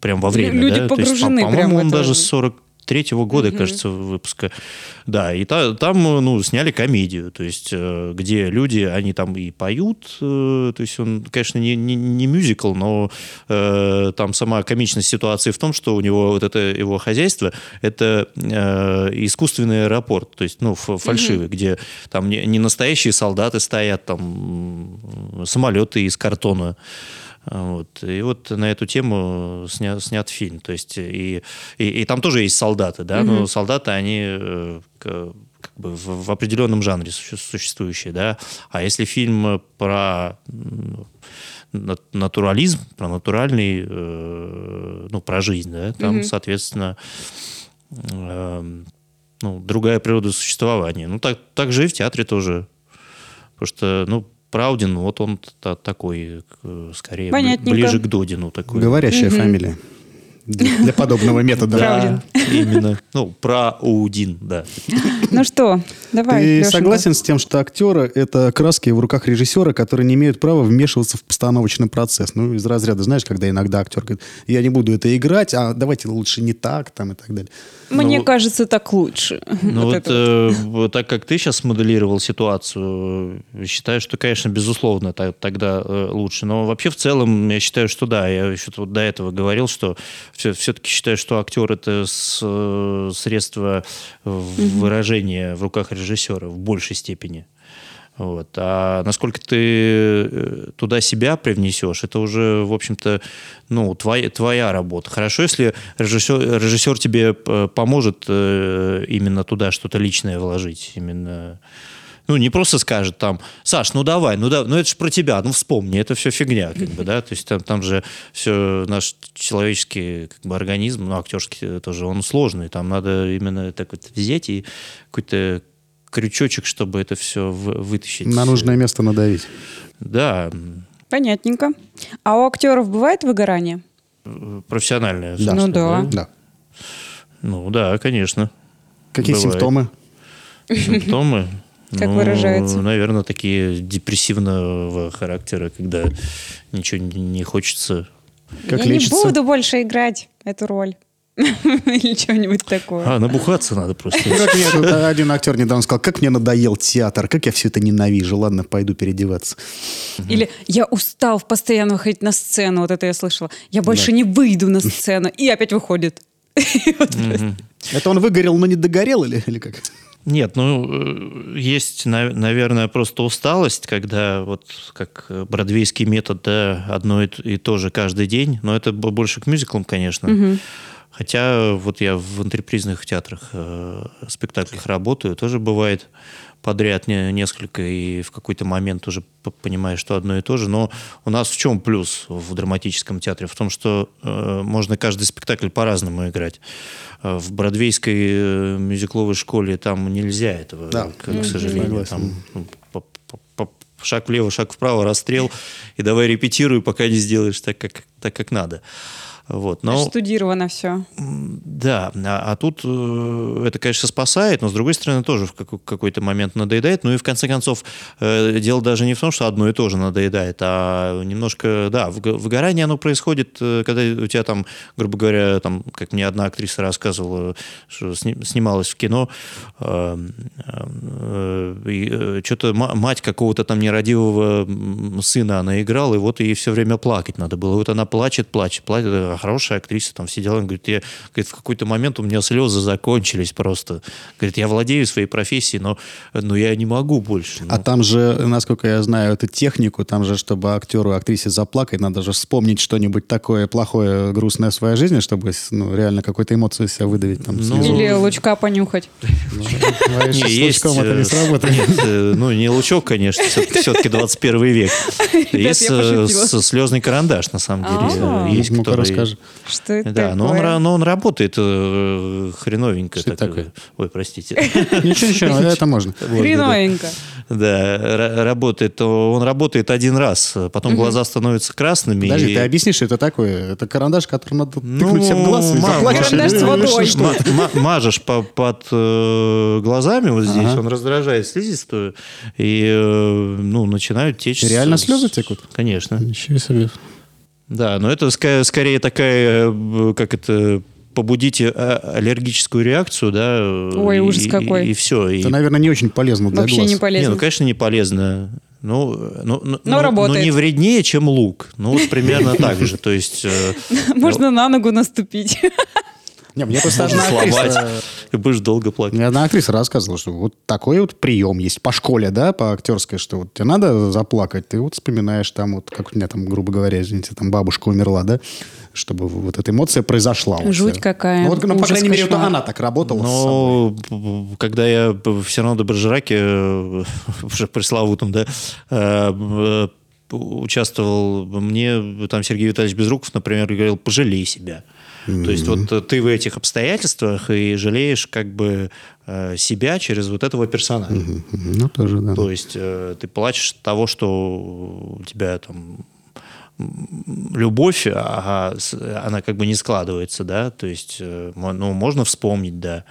[SPEAKER 3] прям во время,
[SPEAKER 4] люди
[SPEAKER 3] да? То есть,
[SPEAKER 4] погружены
[SPEAKER 3] по-
[SPEAKER 4] прям
[SPEAKER 3] по-моему,
[SPEAKER 4] в
[SPEAKER 3] он
[SPEAKER 4] это.
[SPEAKER 3] даже с 43-го года, кажется, выпуска. Да, и та- там, э, ну, сняли комедию, то есть, э, где люди, они там и поют, э, то есть, он, конечно, не, не, не мюзикл, но э, там сама комичность ситуации в том, что у него вот это его хозяйство, это э, искусственный аэропорт, то есть, ну, ф- фальшивый, где там не, не настоящие солдаты стоят, там м, самолеты из картона, вот. И вот на эту тему снят, снят фильм. То есть и, и, и там тоже есть солдаты, да, но солдаты, они э, к- как бы в, в определенном жанре суще- существующие, да. А если фильм про м, на- натурализм, про натуральный, э, ну, про жизнь, да, там, соответственно, эм, ну, другая природа существования. Ну, так, так же и в театре тоже. Потому что, ну, Праудин, вот он та- такой, э, скорее, бли-
[SPEAKER 4] Понятненько.
[SPEAKER 3] ближе к Додину такой.
[SPEAKER 1] Говорящая фамилия. Для, для подобного метода.
[SPEAKER 3] Да, именно. Ну, Праудин, да.
[SPEAKER 4] Ну что, давай,
[SPEAKER 1] Ты
[SPEAKER 4] Лёшенька.
[SPEAKER 1] согласен с тем, что актеры — это краски в руках режиссера, которые не имеют права вмешиваться в постановочный процесс? Ну, из разряда, знаешь, когда иногда актер говорит, я не буду это играть, а давайте лучше не так, там, и так далее.
[SPEAKER 4] Мне
[SPEAKER 3] Ну,
[SPEAKER 4] кажется, так лучше.
[SPEAKER 3] Ну
[SPEAKER 4] Вот
[SPEAKER 3] вот,
[SPEAKER 4] это вот.
[SPEAKER 3] э, вот так как ты сейчас моделировал ситуацию, э, считаю, что, конечно, безусловно, та- тогда э, лучше. Но вообще в целом я считаю, что да. Я еще тут вот до этого говорил, что все, все-таки считаю, что актер это с- э, средство э, выражения в руках режиссера в большей степени. Вот. А насколько ты э, туда себя привнесешь, это уже, в общем-то, ну, твоя, твоя работа. Хорошо, если режиссер, режиссер тебе э, поможет э, именно туда что-то личное вложить, именно ну, не просто скажет там, Саш, ну давай, ну да, ну это же про тебя, ну вспомни, это все фигня, как бы, да, то есть там, там же все наш человеческий как бы, организм, ну актерский тоже, он сложный, там надо именно так вот взять и какой-то крючочек, чтобы это все вы- вытащить.
[SPEAKER 1] На нужное место надавить.
[SPEAKER 3] Да,
[SPEAKER 4] Понятненько. А у актеров бывает выгорание?
[SPEAKER 3] э, профессиональное.
[SPEAKER 1] Да.
[SPEAKER 4] Ну да.
[SPEAKER 1] Да.
[SPEAKER 3] Ну да, конечно.
[SPEAKER 1] Какие
[SPEAKER 3] Бывает.
[SPEAKER 1] симптомы?
[SPEAKER 3] симптомы.
[SPEAKER 4] Как выражается?
[SPEAKER 3] Наверное, ну, такие депрессивного характера, когда ничего не- не хочется.
[SPEAKER 1] Как
[SPEAKER 4] Я
[SPEAKER 1] лечится?
[SPEAKER 4] не буду больше играть эту роль. Или что-нибудь такое.
[SPEAKER 3] А, набухаться надо просто.
[SPEAKER 1] Ну, Как мне тут один актер недавно сказал, как мне надоел театр, как я все это ненавижу. Ладно, пойду переодеваться.
[SPEAKER 4] Или я устал постоянно выходить на сцену. Вот это я слышала. Я больше не выйду на сцену. И опять выходит. И вот просто.
[SPEAKER 1] Это он выгорел, но не догорел или, или как?
[SPEAKER 3] Нет, ну, э, есть, на- наверное, просто усталость, когда вот как э, бродвейский метод, да, одно и т- и то же каждый день, но это б- больше к мюзиклам, конечно. Хотя э, вот я в антрепризных театрах, э, спектаклях работаю, тоже бывает подряд не- несколько, и в какой-то момент уже п- понимаешь, что одно и то же. Но у нас в чем плюс в драматическом театре? В том, что э, можно каждый спектакль по-разному играть. Э, в бродвейской э, мюзикловой школе там нельзя этого,
[SPEAKER 1] Да.
[SPEAKER 3] к, к сожалению.
[SPEAKER 1] Согласен.
[SPEAKER 3] Там, ну, по- по- по- шаг влево, шаг вправо, расстрел, и давай репетируй, пока не сделаешь так, как, так, как надо. Вот. Но...
[SPEAKER 4] Штудировано все.
[SPEAKER 3] М, Да, а, а тут э, это, конечно, спасает, но с другой стороны тоже в какой- какой-то момент надоедает. Ну и в конце концов, э, дело даже не в том, что одно и то же надоедает, а немножко, да, вг- выгорание оно происходит, э, когда у тебя там, грубо говоря, там, как мне одна актриса рассказывала, что сни- снималась в кино, Эм, что-то э, мать какого-то там нерадивого м, сына она играла, и вот ей все время плакать надо было. Вот она плачет, плачет, плачет. А Хорошая актриса там сидела, она говорит, я, говорит, в какой-то момент у меня слезы закончились просто. Говорит, я владею своей профессией, но, но я не могу больше.
[SPEAKER 1] А
[SPEAKER 3] Ну,
[SPEAKER 1] там же, насколько я знаю, эту технику, там же, чтобы актеру, актрисе заплакать, надо же вспомнить что-нибудь такое плохое, грустное в своей жизни, чтобы ну, реально какую-то эмоцию из себя выдавить. Там,
[SPEAKER 3] Ну,
[SPEAKER 1] снизу.
[SPEAKER 4] Или лучка понюхать.
[SPEAKER 1] Говоришь,
[SPEAKER 3] не,
[SPEAKER 1] с
[SPEAKER 3] есть,
[SPEAKER 1] лучком это
[SPEAKER 3] э,
[SPEAKER 1] не сработает.
[SPEAKER 3] Нет, э, ну не лучок, конечно, все-таки, 21 век. Есть
[SPEAKER 4] я
[SPEAKER 3] э,
[SPEAKER 4] пошутила.
[SPEAKER 3] с- слезный карандаш, на самом
[SPEAKER 4] А.
[SPEAKER 3] деле. э, Есть,
[SPEAKER 1] Ну-ка,
[SPEAKER 3] который-
[SPEAKER 1] Ну, расскажи.
[SPEAKER 4] Что это
[SPEAKER 3] Да, но он,
[SPEAKER 4] такое?
[SPEAKER 3] ра- но он работает э, хреновенько.
[SPEAKER 1] Что
[SPEAKER 3] так,
[SPEAKER 1] это такое?
[SPEAKER 3] э, Ой, простите.
[SPEAKER 1] Ничего, ничего, это можно.
[SPEAKER 4] Хреновенько.
[SPEAKER 3] Да, ра- работает. о, Он работает один раз, э, потом глаза становятся красными.
[SPEAKER 1] Подожди,
[SPEAKER 3] и-
[SPEAKER 1] ты объяснишь, что это такое? Это карандаш, которым надо
[SPEAKER 3] Ну,
[SPEAKER 1] тыкнуть себе в глаз и
[SPEAKER 3] ма-
[SPEAKER 1] заплачешь.
[SPEAKER 4] Карандаш с
[SPEAKER 1] или-
[SPEAKER 4] водой.
[SPEAKER 1] или что?
[SPEAKER 3] ма- ма- Мажешь по- под э, глазами вот здесь,
[SPEAKER 1] Ага.
[SPEAKER 3] он раздражает слизистую, и э, ну, начинают течь... с-
[SPEAKER 1] Реально
[SPEAKER 3] с-
[SPEAKER 1] слезы текут?
[SPEAKER 3] Конечно.
[SPEAKER 1] Ничего себе.
[SPEAKER 3] Да, но это ска- скорее такая, э, как это, побудите а- аллергическую реакцию, да. э,
[SPEAKER 4] Ой,
[SPEAKER 3] и-
[SPEAKER 4] ужас
[SPEAKER 3] и-
[SPEAKER 4] какой.
[SPEAKER 3] И все.
[SPEAKER 1] Это, наверное, не очень полезно для
[SPEAKER 4] Вообще
[SPEAKER 1] глаз.
[SPEAKER 4] не
[SPEAKER 3] Не, ну,
[SPEAKER 4] полезно.
[SPEAKER 3] конечно, не полезно. Ну, э, ну, ну,
[SPEAKER 4] Но
[SPEAKER 3] ну,
[SPEAKER 4] работает.
[SPEAKER 3] Но не вреднее, чем лук. Ну, вот примерно так же. То есть... э,
[SPEAKER 4] Можно на ногу наступить.
[SPEAKER 1] Не, мне просто
[SPEAKER 3] Можно
[SPEAKER 1] одна актриса,
[SPEAKER 3] сломать. И будешь долго плакать.
[SPEAKER 1] мне одна актриса рассказывала, что вот такой вот прием есть по школе, да, по актерской, что вот тебе надо заплакать, ты вот вспоминаешь там вот, как у меня там, грубо говоря, извините, там бабушка умерла, да, чтобы вот эта эмоция произошла. вот
[SPEAKER 4] Жуть
[SPEAKER 1] вся.
[SPEAKER 4] какая.
[SPEAKER 1] Ну, вот, ну, по
[SPEAKER 4] Ужас,
[SPEAKER 1] крайней мере, вот
[SPEAKER 4] кошмар.
[SPEAKER 1] она так работала с собой.
[SPEAKER 3] Но б- когда я все равно до Бержераки, э, уже пресловутом, да, э, б- участвовал, мне там Сергей Витальевич Безруков, например, говорил, пожалей себя. То есть вот э, ты в этих обстоятельствах и жалеешь как бы э, себя через вот этого персонажа.
[SPEAKER 1] Ну, тоже, да.
[SPEAKER 3] То есть э, ты плачешь от того, что у тебя там м, любовь, а- а с- она как бы не складывается, да, то есть, э, мо- ну, можно вспомнить, да.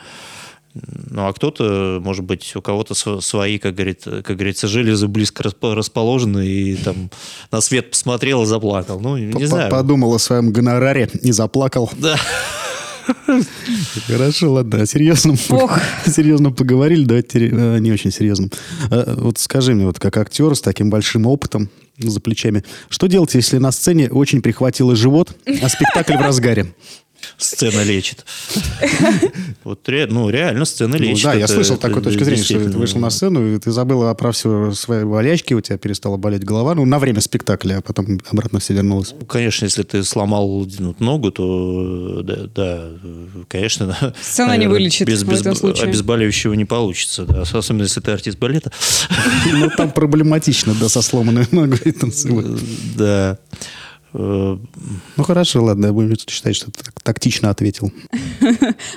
[SPEAKER 3] Ну, а кто-то, может быть, у кого-то св- свои, как, говорит, как говорится, железы близко расп- расположены, и там на свет посмотрел и заплакал. Ну, не
[SPEAKER 1] П-
[SPEAKER 3] знаю.
[SPEAKER 1] Подумал о своем гонораре и заплакал.
[SPEAKER 3] Да.
[SPEAKER 1] Хорошо, ладно, о серьезном,
[SPEAKER 4] Ох.
[SPEAKER 1] серьезно поговорили, давайте тере- э, не очень серьезным. Э, Вот скажи мне, вот как актер с таким большим опытом за плечами, что делать, если на сцене очень прихватило живот, а спектакль в разгаре?
[SPEAKER 3] Сцена лечит. Вот ре- ну, реально сцена
[SPEAKER 1] Ну
[SPEAKER 3] лечит.
[SPEAKER 1] да, я
[SPEAKER 3] Это-
[SPEAKER 1] слышал
[SPEAKER 3] это
[SPEAKER 1] такую точку зрения, что ты
[SPEAKER 3] действительно-
[SPEAKER 1] вышел на сцену, и ты забыла про все свои болячки, у тебя перестала болеть голова, ну, на время спектакля, а потом обратно все вернулось.
[SPEAKER 3] Ну, Конечно, если ты сломал ну, ногу, то э, да, да, э, конечно.
[SPEAKER 4] Сцена не вылечит
[SPEAKER 3] без,
[SPEAKER 4] в
[SPEAKER 3] без-
[SPEAKER 4] этом случае.
[SPEAKER 3] Обезболивающего не получится, да, особенно если ты артист балета.
[SPEAKER 1] Ну, там проблематично, да, со сломанной ногой танцевать.
[SPEAKER 3] Да. Э,
[SPEAKER 1] Ну, хорошо, ладно, я буду считать, что ты так тактично ответил.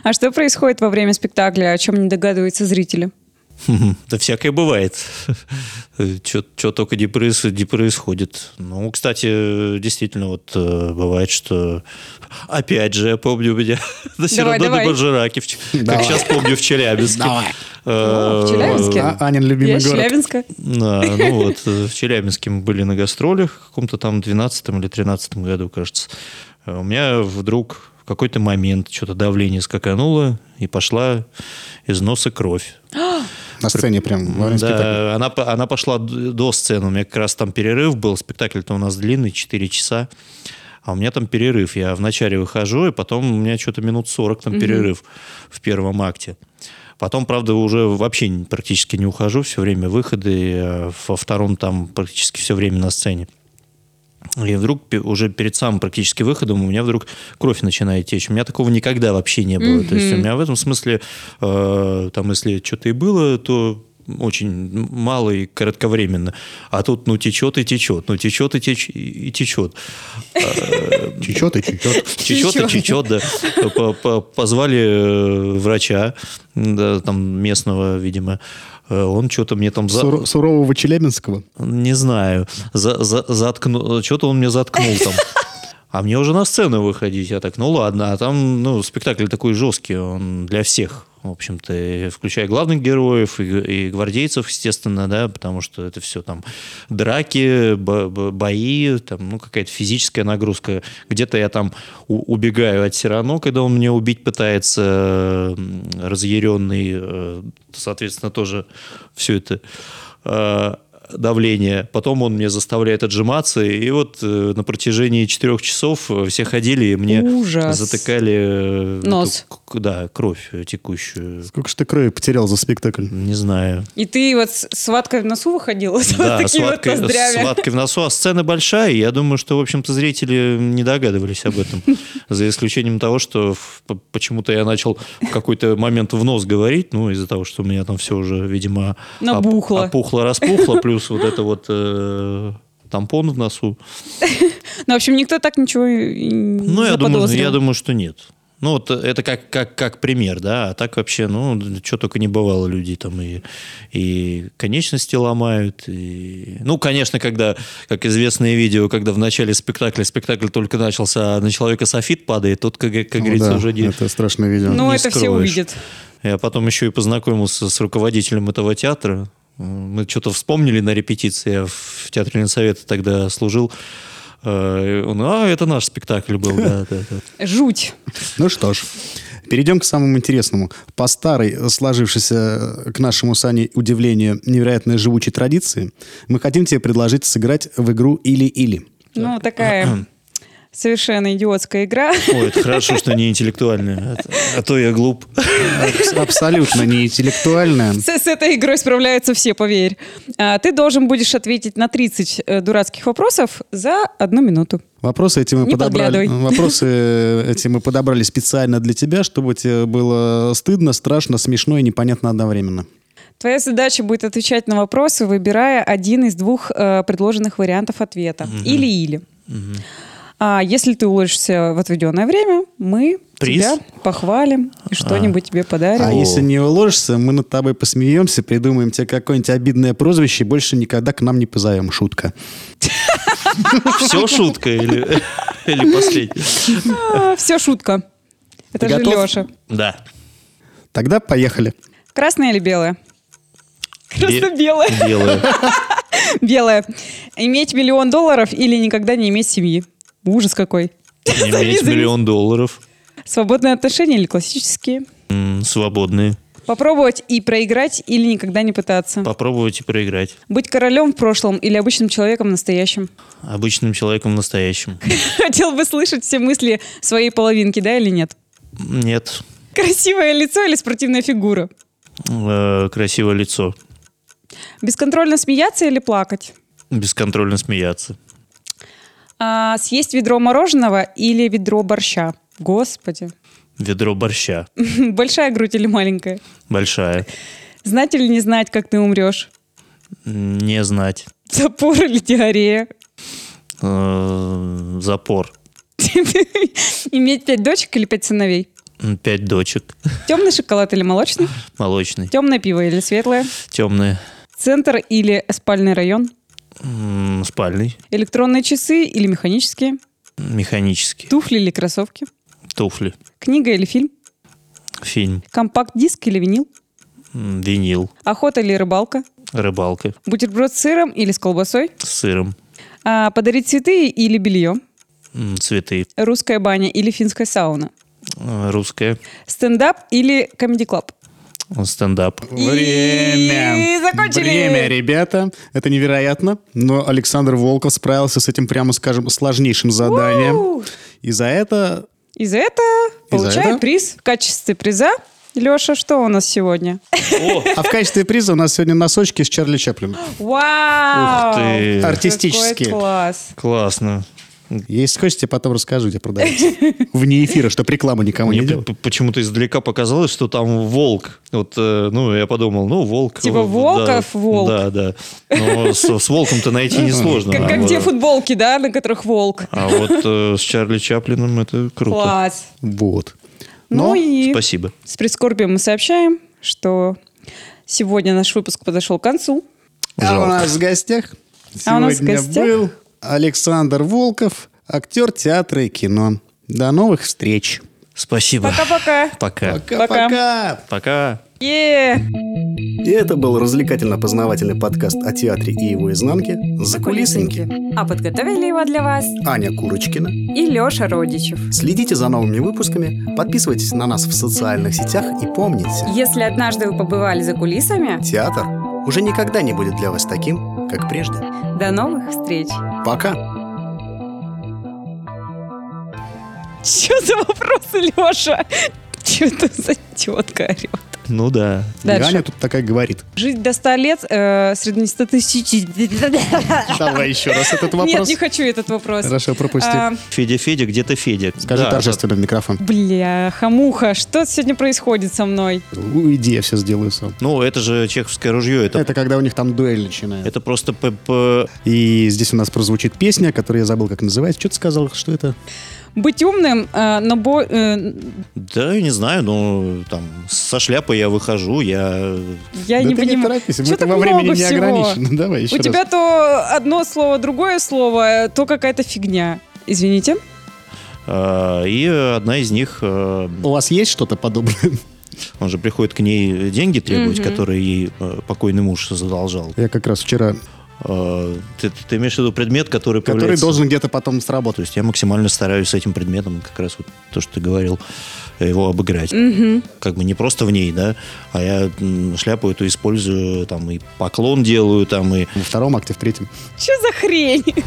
[SPEAKER 4] А что происходит во время спектакля, о чем не догадываются зрители?
[SPEAKER 3] Мгм. Да всякое бывает. Что только не проис- не происходит. Ну, кстати, действительно, вот э, бывает, что... Опять же, я помню, у меня на Серадоне
[SPEAKER 4] давай.
[SPEAKER 3] Божераке, в Ч- как
[SPEAKER 1] Давай.
[SPEAKER 3] сейчас помню, в Челябинске. Э,
[SPEAKER 4] О, в Челябинске?
[SPEAKER 1] А- Анин любимый
[SPEAKER 4] Я из
[SPEAKER 1] город.
[SPEAKER 4] Челябинска.
[SPEAKER 3] Да, ну вот, э, в Челябинске мы были на гастролях в каком-то там 12 или 13 году, кажется. Э, У меня вдруг в какой-то момент что-то давление скакануло, и пошла из носа кровь.
[SPEAKER 1] На сцене прям во время спектакля.
[SPEAKER 3] Да, она, по- она пошла д- до сцены. У меня как раз там перерыв был. Спектакль-то у нас длинный, 4 часа. А у меня там перерыв. Я вначале выхожу, и потом у меня что-то минут 40 там перерыв в первом акте. Потом, правда, уже вообще н- практически не ухожу. Все время выходы. э, Во втором там практически все время на сцене. И вдруг пе- уже перед самым практически выходом у меня вдруг кровь начинает течь. У меня такого никогда вообще не было. То есть у меня в этом смысле, э, там, если что-то и было, то очень мало и коротковременно. А тут, ну, течет и течет, ну, течет и, теч- и течет.
[SPEAKER 1] Чечет и чечет.
[SPEAKER 3] Чечет и чечет, да. По- по- Позвали э, врача, да, там, местного, видимо. Э, Он что-то мне там... за-
[SPEAKER 1] Суро- Сурового Челябинского.
[SPEAKER 3] не знаю. За, Что-то он мне заткнул там. А мне уже на сцену выходить. Я так, ну ладно. А там, ну, спектакль такой жесткий, он для всех, в общем-то, и включая главных героев и, и гвардейцев, естественно, да, потому что это все там драки, бо- бо- бои, там, ну, какая-то физическая нагрузка. Где-то я там у- убегаю от Сирано, когда он меня убить пытается, м, разъяренный, э, соответственно, тоже все это э, давление. Потом он мне заставляет отжиматься. И вот э, на протяжении четырех часов э, все ходили и мне
[SPEAKER 4] Ужас.
[SPEAKER 3] затыкали э,
[SPEAKER 4] Нос.
[SPEAKER 3] эту к- да, кровь э, текущую.
[SPEAKER 1] Сколько же ты крови потерял за спектакль?
[SPEAKER 3] Не знаю.
[SPEAKER 4] И ты вот с сваткой в носу выходила, с вот
[SPEAKER 3] Да,
[SPEAKER 4] такими вот
[SPEAKER 3] сладкой,
[SPEAKER 4] ноздрями.
[SPEAKER 3] сладкой в носу. А сцена большая, и я думаю, что, в общем-то, зрители не догадывались об этом. За исключением того, что в- п- почему-то я начал в какой-то момент в нос говорить, ну, из-за того, что у меня там все уже, видимо, оп-
[SPEAKER 4] Набухло.
[SPEAKER 3] опухло, распухло, плюс вот это вот э, тампон в носу.
[SPEAKER 4] Ну, в общем, никто так ничего и не
[SPEAKER 3] Ну, я думаю,
[SPEAKER 4] заподозрил.
[SPEAKER 3] я думаю, что нет. Ну, вот это как, как, как пример, да, а так вообще, ну, что только не бывало, люди там и, и конечности ломают, и... Ну, конечно, когда, как известное видео, когда в начале спектакля, спектакль только начался, а на человека софит падает, тот, как, как
[SPEAKER 1] Ну
[SPEAKER 3] говорится,
[SPEAKER 1] да,
[SPEAKER 3] уже не...
[SPEAKER 1] Это страшное видео.
[SPEAKER 4] Ну,
[SPEAKER 3] не
[SPEAKER 4] это все
[SPEAKER 3] скроешь.
[SPEAKER 4] увидят.
[SPEAKER 3] Я потом еще и познакомился с руководителем этого театра. Мы что-то вспомнили на репетиции. Я в театре Ленсовета тогда служил. Э, и Он, а, это наш спектакль был, да, да, да.
[SPEAKER 4] Жуть.
[SPEAKER 1] Ну что ж, перейдем к самому интересному. По старой, э, сложившейся э, к нашему Сане удивлению невероятной живучей традиции, мы хотим тебе предложить сыграть в игру «Или-или».
[SPEAKER 4] Ну, такая совершенно идиотская игра.
[SPEAKER 3] Ой, это хорошо, что не интеллектуальная. а то- А то я глуп.
[SPEAKER 1] Абс- Абсолютно не интеллектуальная.
[SPEAKER 4] С, с этой игрой справляются все, поверь. А, ты должен будешь ответить на 30 э, дурацких вопросов за одну минуту.
[SPEAKER 1] Вопросы эти мы
[SPEAKER 4] Не
[SPEAKER 1] подобрали.
[SPEAKER 4] подглядывай.
[SPEAKER 1] Вопросы э, эти мы подобрали специально для тебя, чтобы тебе было стыдно, страшно, смешно и непонятно одновременно.
[SPEAKER 4] Твоя задача будет отвечать на вопросы, выбирая один из двух э, предложенных вариантов ответа. Или-или. А если ты уложишься в отведенное время, мы
[SPEAKER 3] Приз?
[SPEAKER 4] тебя похвалим и что-нибудь тебе подарим.
[SPEAKER 1] А если не уложишься, мы над тобой посмеемся, придумаем тебе какое-нибудь обидное прозвище и больше никогда к нам не позовем. Шутка.
[SPEAKER 3] Все шутка или, или последний?
[SPEAKER 4] все А, шутка. Это
[SPEAKER 1] Ты
[SPEAKER 4] же
[SPEAKER 1] готов?
[SPEAKER 4] Леша.
[SPEAKER 3] Да.
[SPEAKER 1] Тогда поехали.
[SPEAKER 4] Красное или белое?
[SPEAKER 3] Бе-
[SPEAKER 4] Красно-белое.
[SPEAKER 3] Белое.
[SPEAKER 4] Белое. Иметь миллион долларов или никогда не иметь семьи? Ужас какой.
[SPEAKER 3] Иметь миллион долларов.
[SPEAKER 4] Свободные отношения или классические?
[SPEAKER 3] М, Свободные.
[SPEAKER 4] Попробовать и проиграть или никогда не пытаться.
[SPEAKER 3] Попробовать и проиграть.
[SPEAKER 4] Быть королем в прошлом или обычным человеком в настоящем.
[SPEAKER 3] Обычным человеком настоящим.
[SPEAKER 4] Хотел бы слышать все мысли своей половинки, да или нет?
[SPEAKER 3] Нет.
[SPEAKER 4] Красивое лицо или спортивная фигура?
[SPEAKER 3] Э, Красивое лицо.
[SPEAKER 4] Бесконтрольно смеяться или плакать?
[SPEAKER 3] Бесконтрольно смеяться.
[SPEAKER 4] А, съесть ведро мороженого или ведро борща? Господи.
[SPEAKER 3] Ведро борща.
[SPEAKER 4] Большая грудь или маленькая?
[SPEAKER 3] Большая.
[SPEAKER 4] Знать или не знать, как ты умрешь?
[SPEAKER 3] Не знать.
[SPEAKER 4] Запор или диарея?
[SPEAKER 3] Э, Запор.
[SPEAKER 4] Иметь пять дочек или пять сыновей?
[SPEAKER 3] М, Пять дочек.
[SPEAKER 4] Темный шоколад или молочный?
[SPEAKER 3] Молочный.
[SPEAKER 4] Темное пиво или светлое?
[SPEAKER 3] Темный.
[SPEAKER 4] Центр или спальный район?
[SPEAKER 3] М, Спальный.
[SPEAKER 4] Электронные часы или механические?
[SPEAKER 3] Механический.
[SPEAKER 4] Туфли или кроссовки?
[SPEAKER 3] Туфли.
[SPEAKER 4] Книга или фильм?
[SPEAKER 3] Фильм.
[SPEAKER 4] Компакт-диск или винил?
[SPEAKER 3] М, Винил.
[SPEAKER 4] Охота или рыбалка?
[SPEAKER 3] Рыбалка.
[SPEAKER 4] Бутерброд с сыром или с колбасой?
[SPEAKER 3] С сыром.
[SPEAKER 4] А, подарить цветы или белье?
[SPEAKER 3] М, Цветы.
[SPEAKER 4] Русская баня или финская сауна?
[SPEAKER 3] Э, Русская.
[SPEAKER 4] Стендап или комедий-клаб?
[SPEAKER 3] Стендап.
[SPEAKER 1] Время.
[SPEAKER 4] И закончили.
[SPEAKER 1] Время, ребята. Это невероятно. Но Александр Волков справился с этим, прямо скажем, сложнейшим заданием. И за это
[SPEAKER 4] И за это
[SPEAKER 1] И за
[SPEAKER 4] получает
[SPEAKER 1] это?
[SPEAKER 4] приз в качестве приза. Леша, что у нас сегодня?
[SPEAKER 1] А в качестве приза у нас сегодня носочки с Чарли Чаплина.
[SPEAKER 4] Вау!
[SPEAKER 3] Ух ты.
[SPEAKER 1] Артистические.
[SPEAKER 4] Какой класс.
[SPEAKER 3] Классно.
[SPEAKER 1] Если хочете, потом расскажу, где продавец. Вне эфира, чтобы рекламу никому не
[SPEAKER 3] Мне
[SPEAKER 1] делать.
[SPEAKER 3] п- почему-то издалека показалось, что там волк. Вот, э, ну, я подумал, ну, волк.
[SPEAKER 4] Типа
[SPEAKER 3] э,
[SPEAKER 4] Волков,
[SPEAKER 3] да,
[SPEAKER 4] волк.
[SPEAKER 3] Да, да. Но с, с волком-то найти несложно.
[SPEAKER 4] Как, как
[SPEAKER 3] А
[SPEAKER 4] где
[SPEAKER 3] вот-
[SPEAKER 4] футболки, да, на которых волк.
[SPEAKER 3] А вот э, с Чарли Чаплином это круто.
[SPEAKER 4] Класс.
[SPEAKER 1] Вот.
[SPEAKER 4] Ну
[SPEAKER 1] Но
[SPEAKER 4] и
[SPEAKER 3] Спасибо.
[SPEAKER 4] с прискорбием мы сообщаем, что сегодня наш выпуск подошел к концу.
[SPEAKER 1] а у нас в гостях
[SPEAKER 4] А у нас в
[SPEAKER 1] сегодня
[SPEAKER 4] гостях?
[SPEAKER 1] был Александр Волков, актер театра и кино. До новых встреч.
[SPEAKER 3] Спасибо.
[SPEAKER 4] Пока-пока.
[SPEAKER 3] Пока.
[SPEAKER 1] Пока-пока.
[SPEAKER 3] Пока.
[SPEAKER 4] Е!
[SPEAKER 1] И это был развлекательно-познавательный подкаст о театре и его изнанке «Закулисники».
[SPEAKER 7] А подготовили его для вас
[SPEAKER 1] Аня Курочкина.
[SPEAKER 7] и Леша Родичев.
[SPEAKER 1] Следите за новыми выпусками, подписывайтесь на нас в социальных сетях и помните,
[SPEAKER 7] Если однажды вы побывали за кулисами,
[SPEAKER 1] театр уже никогда не будет для вас таким, как прежде.
[SPEAKER 7] до новых встреч!
[SPEAKER 1] Пока!
[SPEAKER 4] Че за вопросы, Леша? Че это за тетка орет?
[SPEAKER 3] Ну да.
[SPEAKER 1] И
[SPEAKER 4] Дальше.
[SPEAKER 1] Аня тут такая говорит.
[SPEAKER 4] Жить до 100 лет э, среднестатистически...
[SPEAKER 1] Давай еще раз этот
[SPEAKER 4] Нет,
[SPEAKER 1] вопрос.
[SPEAKER 4] не хочу этот вопрос.
[SPEAKER 1] Хорошо, пропусти.
[SPEAKER 4] А,
[SPEAKER 3] Федя, Федя, где ты, Федя?
[SPEAKER 1] Скажи
[SPEAKER 3] Да,
[SPEAKER 1] торжественно в микрофон.
[SPEAKER 4] Бляха-муха, что сегодня происит со мной?
[SPEAKER 1] Уйди, я все сделаю сам.
[SPEAKER 3] Ну, это же чеховское ружье. Это, это...
[SPEAKER 1] Это когда у них там дуэль начинает.
[SPEAKER 3] просто п- п-
[SPEAKER 1] И здесь у нас прозвучит песня, которую я забыл, как называется. Что ты сказал, что это?
[SPEAKER 4] Быть умным, э, но бо... э,
[SPEAKER 3] Да, я не знаю, ну, там, со шляпой я выхожу, я...
[SPEAKER 4] я
[SPEAKER 1] да
[SPEAKER 4] не
[SPEAKER 1] ты не
[SPEAKER 4] понимаю.
[SPEAKER 1] торопись, мы
[SPEAKER 4] Чё
[SPEAKER 1] то
[SPEAKER 4] так
[SPEAKER 1] во времени
[SPEAKER 4] много
[SPEAKER 1] не
[SPEAKER 4] всего?
[SPEAKER 1] ограничены. Давай еще
[SPEAKER 4] У тебя то одно слово, другое слово, то какая-то фигня. Извините.
[SPEAKER 3] э, и одна из них... э,
[SPEAKER 1] У вас есть что-то подобное?
[SPEAKER 3] Он же приходит к ней деньги требовать, которые ей э, покойный муж задолжал.
[SPEAKER 1] Я как раз вчера...
[SPEAKER 3] Э, Ты, ты имеешь в виду предмет, который
[SPEAKER 1] Который
[SPEAKER 3] появляется- Ну,
[SPEAKER 1] должен где-то потом сработать.
[SPEAKER 3] То есть я максимально стараюсь с этим предметом, как раз вот то, что ты говорил, э, его обыграть. Как бы не просто в ней, да, а я м, шляпу эту использую, там и поклон делаю, там и
[SPEAKER 1] Во втором акте, в третьем.
[SPEAKER 4] Че за хрень?